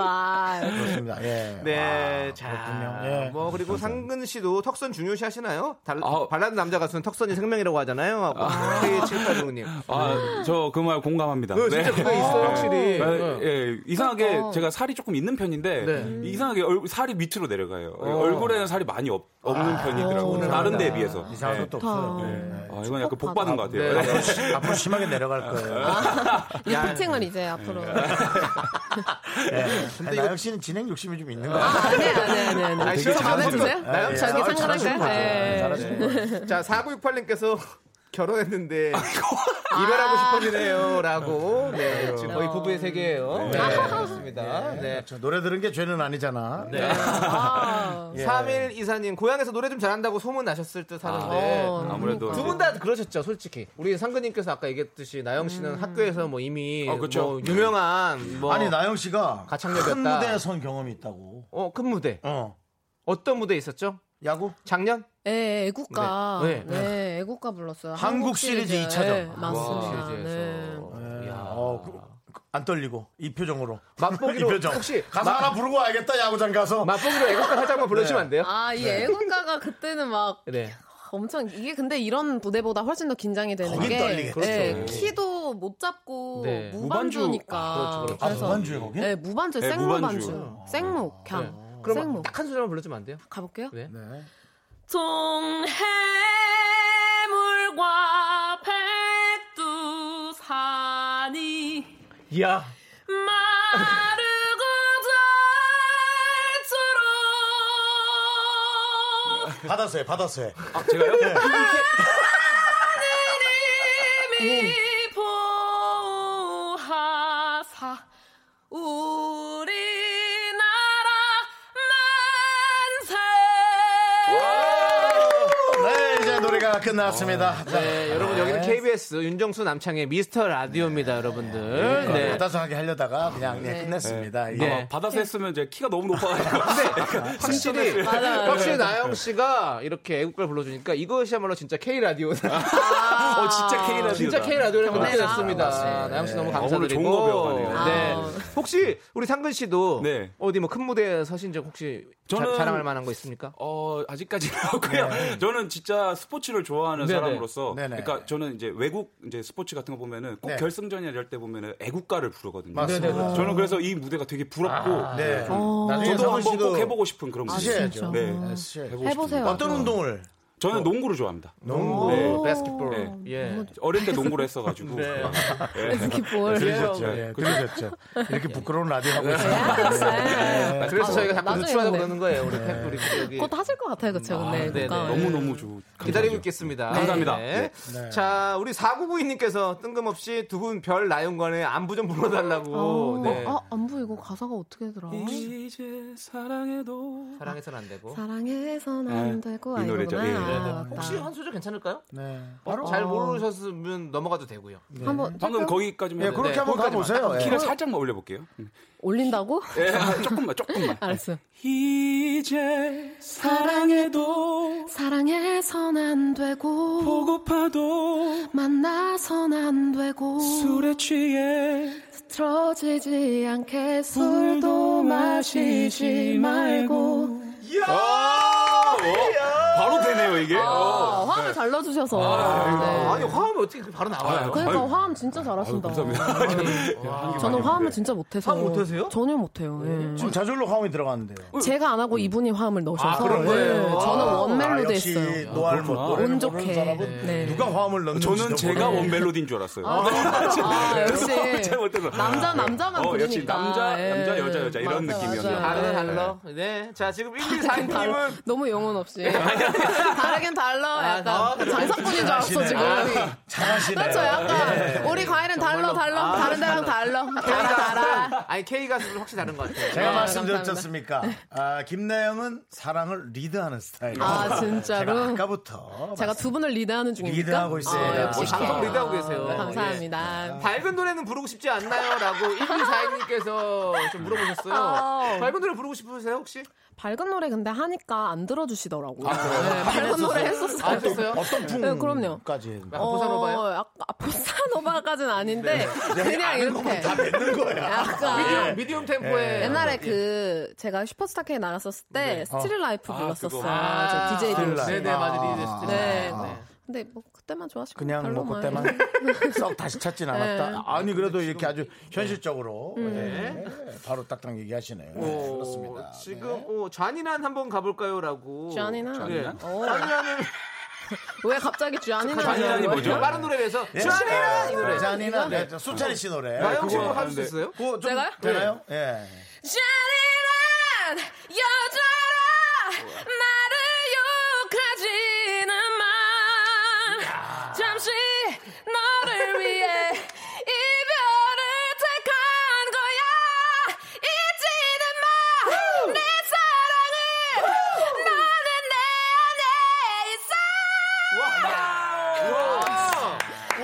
아, 그렇습니다. 예. 네, 자, 그렇군요. 예. 뭐 그리고 상근 씨도 턱선 중요시 하시나요? 달, 아. 발라드 남자 가수는 턱선이 생명이라고 어. 하잖아요. 하고 K 7 8 6님 아, 저 그 말 공감합니다. 네, 진짜 그거 있어요, 확실히. 아, 예, 이상하게 어. 제가 살이 조금 있는 편인데 네. 이상하게 얼굴, 살이 밑으로 내려가요. 어. 얼굴에는 살이 많이 없, 없는 편이더라고요. 다른 데에 비해서. 아, 이상한 예. 것도 없어요. 아, 이건 약간 복 받은 것 같아요. 네. 앞으로 심- 앞으로 심하게 내려갈 거예요. 네. 리프팅을 이제 앞으로. 예. 근데 나영 씨는 진행 욕심이 좀 있는 것 같아요. 아, 네, 아, 네, 네. 아, 네. 되게 잘하시는 거- 마음에 나영 드세요? 씨 저기 잘- 잘하시는 상관할까요? 것 같아요. 네. 잘하시는 것 같아요. 자, 4968님께서 결혼했는데 아, 이별하고 싶어지네요라고. 네, 지금 거의 부부의 세계예요. 네, 그렇습니다. 네. 저 노래 들은 게 죄는 아니잖아. 네. 아, 네. 3일 이사님 고향에서 노래 좀 잘한다고 소문 나셨을 듯 아, 네. 하는데 음. 어, 네. 아무래도 두 분 다 그러셨죠, 솔직히. 우리 상근님께서 아까 얘기했듯이 나영 씨는 학교에서 뭐 이미 아, 그쵸. 음. 뭐 유명한 뭐 아니 나영 씨가 가창력이었다. 큰 무대에 선 경험이 있다고. 어, 큰 무대. 어. 어떤 무대 있었죠? 야구? 작년? 네, 애국가. 네, 네, 네. 애국가 불렀어요. 한국 시리즈 시리즈에. 이차전. 네, 맞습니다. 아, 시리즈에서. 네. 예. 이야. 어, 그- 그- 안 떨리고 이 표정으로. 맛보기로 이 표정. 혹시 가사 하나 부르고 와야겠다 야구장 가서. 맛보기로 애국가 살짝만 불러주시면 안 돼요? 아, 이 애국가가 그때는 막 네. 엄청 이게 근데 이런 무대보다 훨씬 더 긴장이 되는 거긴 게 떨리겠죠. 네, 키도 못 잡고 네. 무반주니까 무반주. 그렇죠, 그렇죠. 아, 무반주에 거기? 네, 무반주 네, 생무반주 무반주. 생목 네. 그냥 그럼 생목 딱 한 소절만 불러주면 안 돼요? 가볼게요. 네. 네. 동해물과 백두산이 이야. 마르고 닳도록 받았어요, 받았어요. 아, 제가요? 하느님이 보호하사 우리나라 만세 네, 이제 노래가 끝났습니다. 자, 네, 여러분 여기는 KBS 윤정수 남창의 미스터 라디오입니다, 여러분들. 그러니까 네. 받아서 하게 하려다가 그냥 네, 끝냈습니다. 이게 네. 받아서 했으면 제 키가 너무 높아가지고. 네. 확실히 확실히 나영 씨가 이렇게 애국가를 불러주니까 이것이야말로 진짜 K 라디오 어, 아, 진짜 K 라디오. 아, 진짜 K 라디오를 한번 네, 느껴졌습니다. 아, 나영 씨 너무 어, 오늘 좋은 거 감사드리고. 배워가네요. 네. 아우. 혹시 우리 상근 씨도 네. 어디 뭐 큰 무대에 서신 적 혹시 자- 저는- 자랑할 만한 거 있습니까? 어, 아직까지는 없고요. 저는 진짜 스포츠를 좋아하는 네네. 사람으로서 네. 네네. 그러니까 저는 이제 외국 이제 스포츠 같은 거 보면은 꼭 네. 결승전이나 이럴 때 보면은 애국가를 부르거든요. 맞습니다. 네네. 저는 그래서 이 무대가 되게 부럽고 네. 좀 나중에 어, 저도 성훈 한번 씨도 꼭 해보고 싶은 그런 하셔야죠. 무대. 네. 네, 해보고 해보세요. 어떤 운동을 저는 농구를 좋아합니다. 네, 농구, 네. basketball. 예. 어릴 때 농구를 했어가지고. 네. 예. 네. Basketball. 들으셨죠? 예. 예, 들으셨죠? 이렇게 부끄러운 라디오 하고 네. 있습니다. 네. 그래서 저희가 자꾸 나중에 네. 누추하다고 근데. 그러는 거예요. 네. 우리 팬 우리 여기. 그것도 하실 것 같아요, 그쵸? 아, 근데 네네. 누가. 너무너무 좋 기다리고 있겠습니다. 감사합니다. 네. 네. 네. 자, 우리 4992님께서 뜬금없이 두 분 별 나연관의 안부 좀 불러달라고. 어, 네. 아, 안부 이거 가사가 어떻게 들어? 이제 사랑해도 사랑해서는 안 되고. 사랑해선 안 되고 이 아이구나. 노래죠. 예. 네, 네. 아, 맞다. 혹시 한 소절 괜찮을까요? 네. 어, 잘 모르셨으면 넘어가도 되고요. 한번 방금 네. 거기까지만. 예, 네, 그렇게 한번 거기까지만. 가보세요. 예. 키를 살짝만 올려볼게요. 음. 올린다고? 네. 예, 조금만, 조금만. 알았어. 이제 사랑해도 사랑해선 안 되고 보고파도 만나선 안 되고 술에 취해 틀어지지 않게 술도 마시지 말고 아, 바로 되네요, 이게. 어. 아, 화음을 잘 넣어주셔서 네. 아니, 화음이 어떻게 아, 그렇게 바로 나와요? 그러니까 화음 진짜 잘하신다 저는 화음을 진짜 못해서 화음 못하세요? 전혀 못해요 예. 지금 저절로 화음이 들어갔는데요. 제가 안 하고 이분이 화음을 넣으셔서 아, 그런 거예요? 예, 저는 아, 원멜로도 역시 했어요 네. 노알못, 노래를 운 모르는 좋게 사람은 누가 화음을 넣는지 저는 제가 원 멜로디인 줄 알았어요. 아, 역시. 남자, 남자만 어, 역시 부르니까. 남자 예. 남자 여자 여자 이런 맞아요, 맞아요. 느낌이었나 봐요. 다르다, 달러. 네. 자, 지금 113님은 너무 영혼 없이 다르긴 달라 약간 아, 그래. 장사꾼인 줄 알았어 지금 아니, 잘하시네요. 그렇죠 약간 예. 우리 과일은 달러 정말로. 달러 아, 다른 데랑 달러 달러 달러 아니, K 가수는 확실히 다른 것 같아요. 제가 네, 말씀드렸지 감사합니다. 않습니까? 아, 김나영은 사랑을 리드하는 스타일이에요. 아, 진짜로? 제가 아까부터 제가 두 분을 리드하는 중입니까? 리드하고 네, 있습니다. 아, 역시 방송 K. 뭐 리드하고 계세요. 예. 아, 감사합니다. 밝은 노래는 부르고 싶지 않나요? 라고 1242님께서 좀 물어보셨어요. 아. 밝은 노래 부르고 싶으세요, 혹시? 밝은 노래 근데 하니까 안 들어주시더라고요. 아, 그래요? 네, 밝은 노래 했었어요. 아, 했었어요? 어떤 풍? 네, 그럼요. 까지. 보사노바요? 어, 약간 아, 보사노바까지는 아닌데 네. 그냥 이렇게 다 뱉는 거야. 약간 네, 미디움, 미디움 템포에. 네. 옛날에 그 제가 슈퍼스타 K 나갔었을 네. 때 스틸 라이프 아, 불렀었어요. 그거. 아, 저 DJ 스틸 동시. 라이프. 네네, 맞아요. DJ 스틸 네. 라이프. 네. 근데 뭐 그때만 좋아하시고 그냥 별로 뭐 그때만 많이. 썩 다시 네. 찾진 않았다. 아니 그래도 이렇게 아주 현실적으로 네. 예, 바로 딱딱 얘기하시네요. 네, 오, 그렇습니다. 지금 어, 잔인한 한번 가볼까요? 라고. 주한이나 예. 어. 잔인한은 왜 갑자기 주한이나 빠른 노래에서 예. 잔인한 이 노래. 잔이나 네, 저 수찬이 씨 노래. 나영 씨 그거 그거 할수 하는데. 있어요? 그거 좀 제가요? 되나요? 예. 잔인한 여자라 나를 욕하지는 마 잠시 너를 위해 이별을 택한 거야 잊지는 마 내 사랑을 너는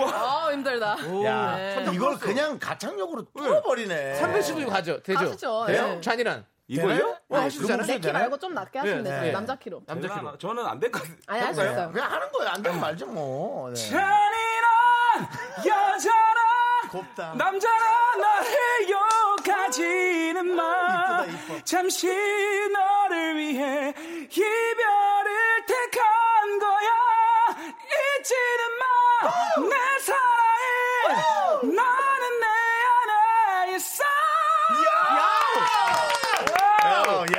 내 안에 있어 어 힘들다. 야, 네. 이걸 그냥 가창력으로 뚫어버리네. 선배 씨도 가죠. 되죠. 가시죠. 돼요? 네. 잔인한. 이거요? 네, 할 수 있잖아요. 내 키 되나요? 말고 좀 낮게 하시면 네, 돼요. 네. 남자 키로. 남자 제가- 키로. 아, 저는 안 될 것 같아요. 아니 할수 있어요. 네. 그냥 하는 거예요. 안 되면 말죠 뭐. 네. 잔인한 여자라 곱다. 남자라 나를 욕하지는 마 이쁘다, 이뻐. 잠시 너를 위해 이별을 택한 거야 잊지는 마 내 사랑해 나는 내 안에 있어 야,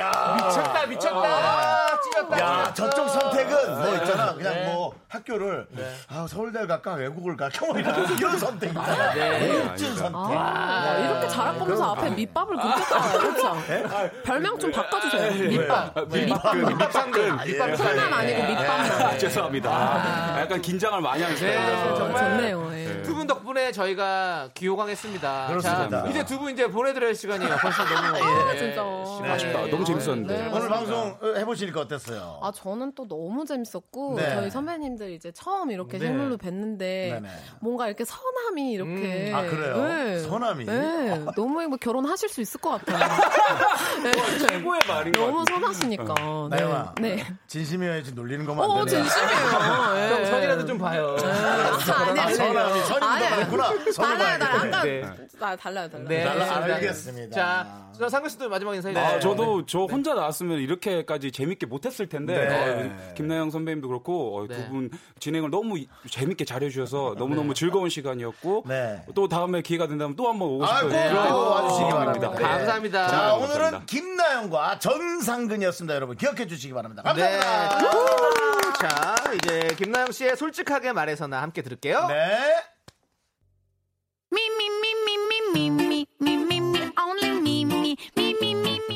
야. 아, 미쳤다, 미쳤다. 찢었다. 아. 야, 찢었다. 저쪽 선택은 뭐 있잖아. 그냥 뭐 학교를 아, 서울대를 갈까 외국을 갈까 뭐 이런, 이런 선택 있잖아. 일진 선택. 아, 네. 이렇게 자락 보면서 아. 앞에 밑밥을 긋겠다. 네. 그렇죠? 별명 좀 바꿔주세요. 밑밥. 밑밥들. 예. 밑밥들. 손만 아니고 네. 밑밥만. 아, 죄송합니다. 아, 약간 긴장을 많이 하는 네, 스타일이라서. 정말. 좋네요. 예. 두 분 덕분에 저희가 귀호강했습니다. 그렇습니다. 자, 이제 두 분 이제 보내드릴 시간이에요. 벌써 너무. 아, 예. 진짜. 네. 아쉽다. 너무 재밌었는데. 네. 오늘 방송 어, 해보시니까 어땠어요? 아, 저는 또 너무 재밌었고, 네. 저희 선배님들 이제 처음 이렇게 네. 실물로 뵀는데, 네. 뭔가 이렇게 선함이 이렇게. 음. 아, 그래요? 선함이? 네. 너무 뭐 결혼하실 수 있을 것 같아요. 네. 어, 최고의 말인 것 너무 선하시니까. 네. 나영아, 네. 진심이어야지 지금 놀리는 것만 어, 안 되네. 진심이에요. 형, 예. 선이라도 좀 봐요. 아, 아니, 아, 아니. 선함이 선임도 아니. 그랬구나. 선임 달라요, 달라요. 아까 네. 아, 달라요, 달라요. 네. 달라, 알겠습니다. 네, 자, 저 상근 씨도 마지막 인사해 주세요. 아, 저도 저 혼자 나왔으면 이렇게까지 재밌게 못했을 텐데 네. 어, 김나영 선배님도 그렇고 어, 네. 두 분 진행을 너무 이- 재밌게 잘해주셔서 너무너무 즐거운 시간이었고 네. 또 다음에 기회가 된다면 또 한번 오고 아이고, 싶어요. 꼭 와주시기 바랍니다. 네. 감사합니다. 자, 네, 오늘은 감사합니다. 김나영과 전상근이었습니다, 여러분. 기억해 주시기 바랍니다. 네. 감사합니다. 우! 자, 이제 김나영 씨의 솔직하게 말해서 나 함께 들을게요. 네.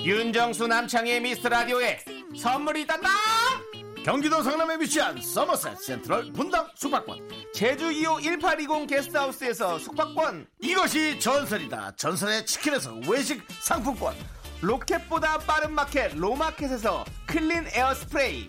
윤정수 남창의 미스터 라디오에 선물이 있단다. 경기도 성남에 위치한 서머셋 센트럴 분당 숙박권 제주 2호 1820 게스트하우스에서 숙박권 이것이 전설이다 전설의 치킨에서 외식 상품권 로켓보다 빠른 마켓 로마켓에서 클린 에어 스프레이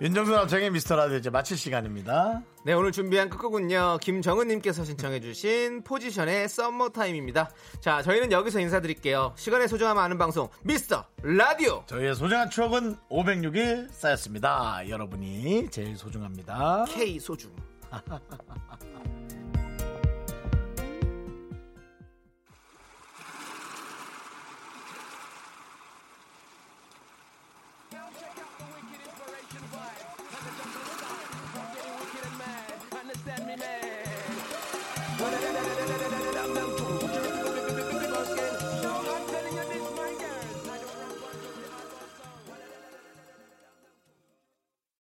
윤정수 남창의 미스터라디오 이제 마칠 시간입니다 네 오늘 준비한 끝곡은요 김정은님께서 신청해주신 포지션의 썸머타임입니다 자 저희는 여기서 인사드릴게요 시간의 소중함 아는 방송 미스터 라디오 저희의 소중한 추억은 506일 쌓였습니다 여러분이 제일 소중합니다 K 소중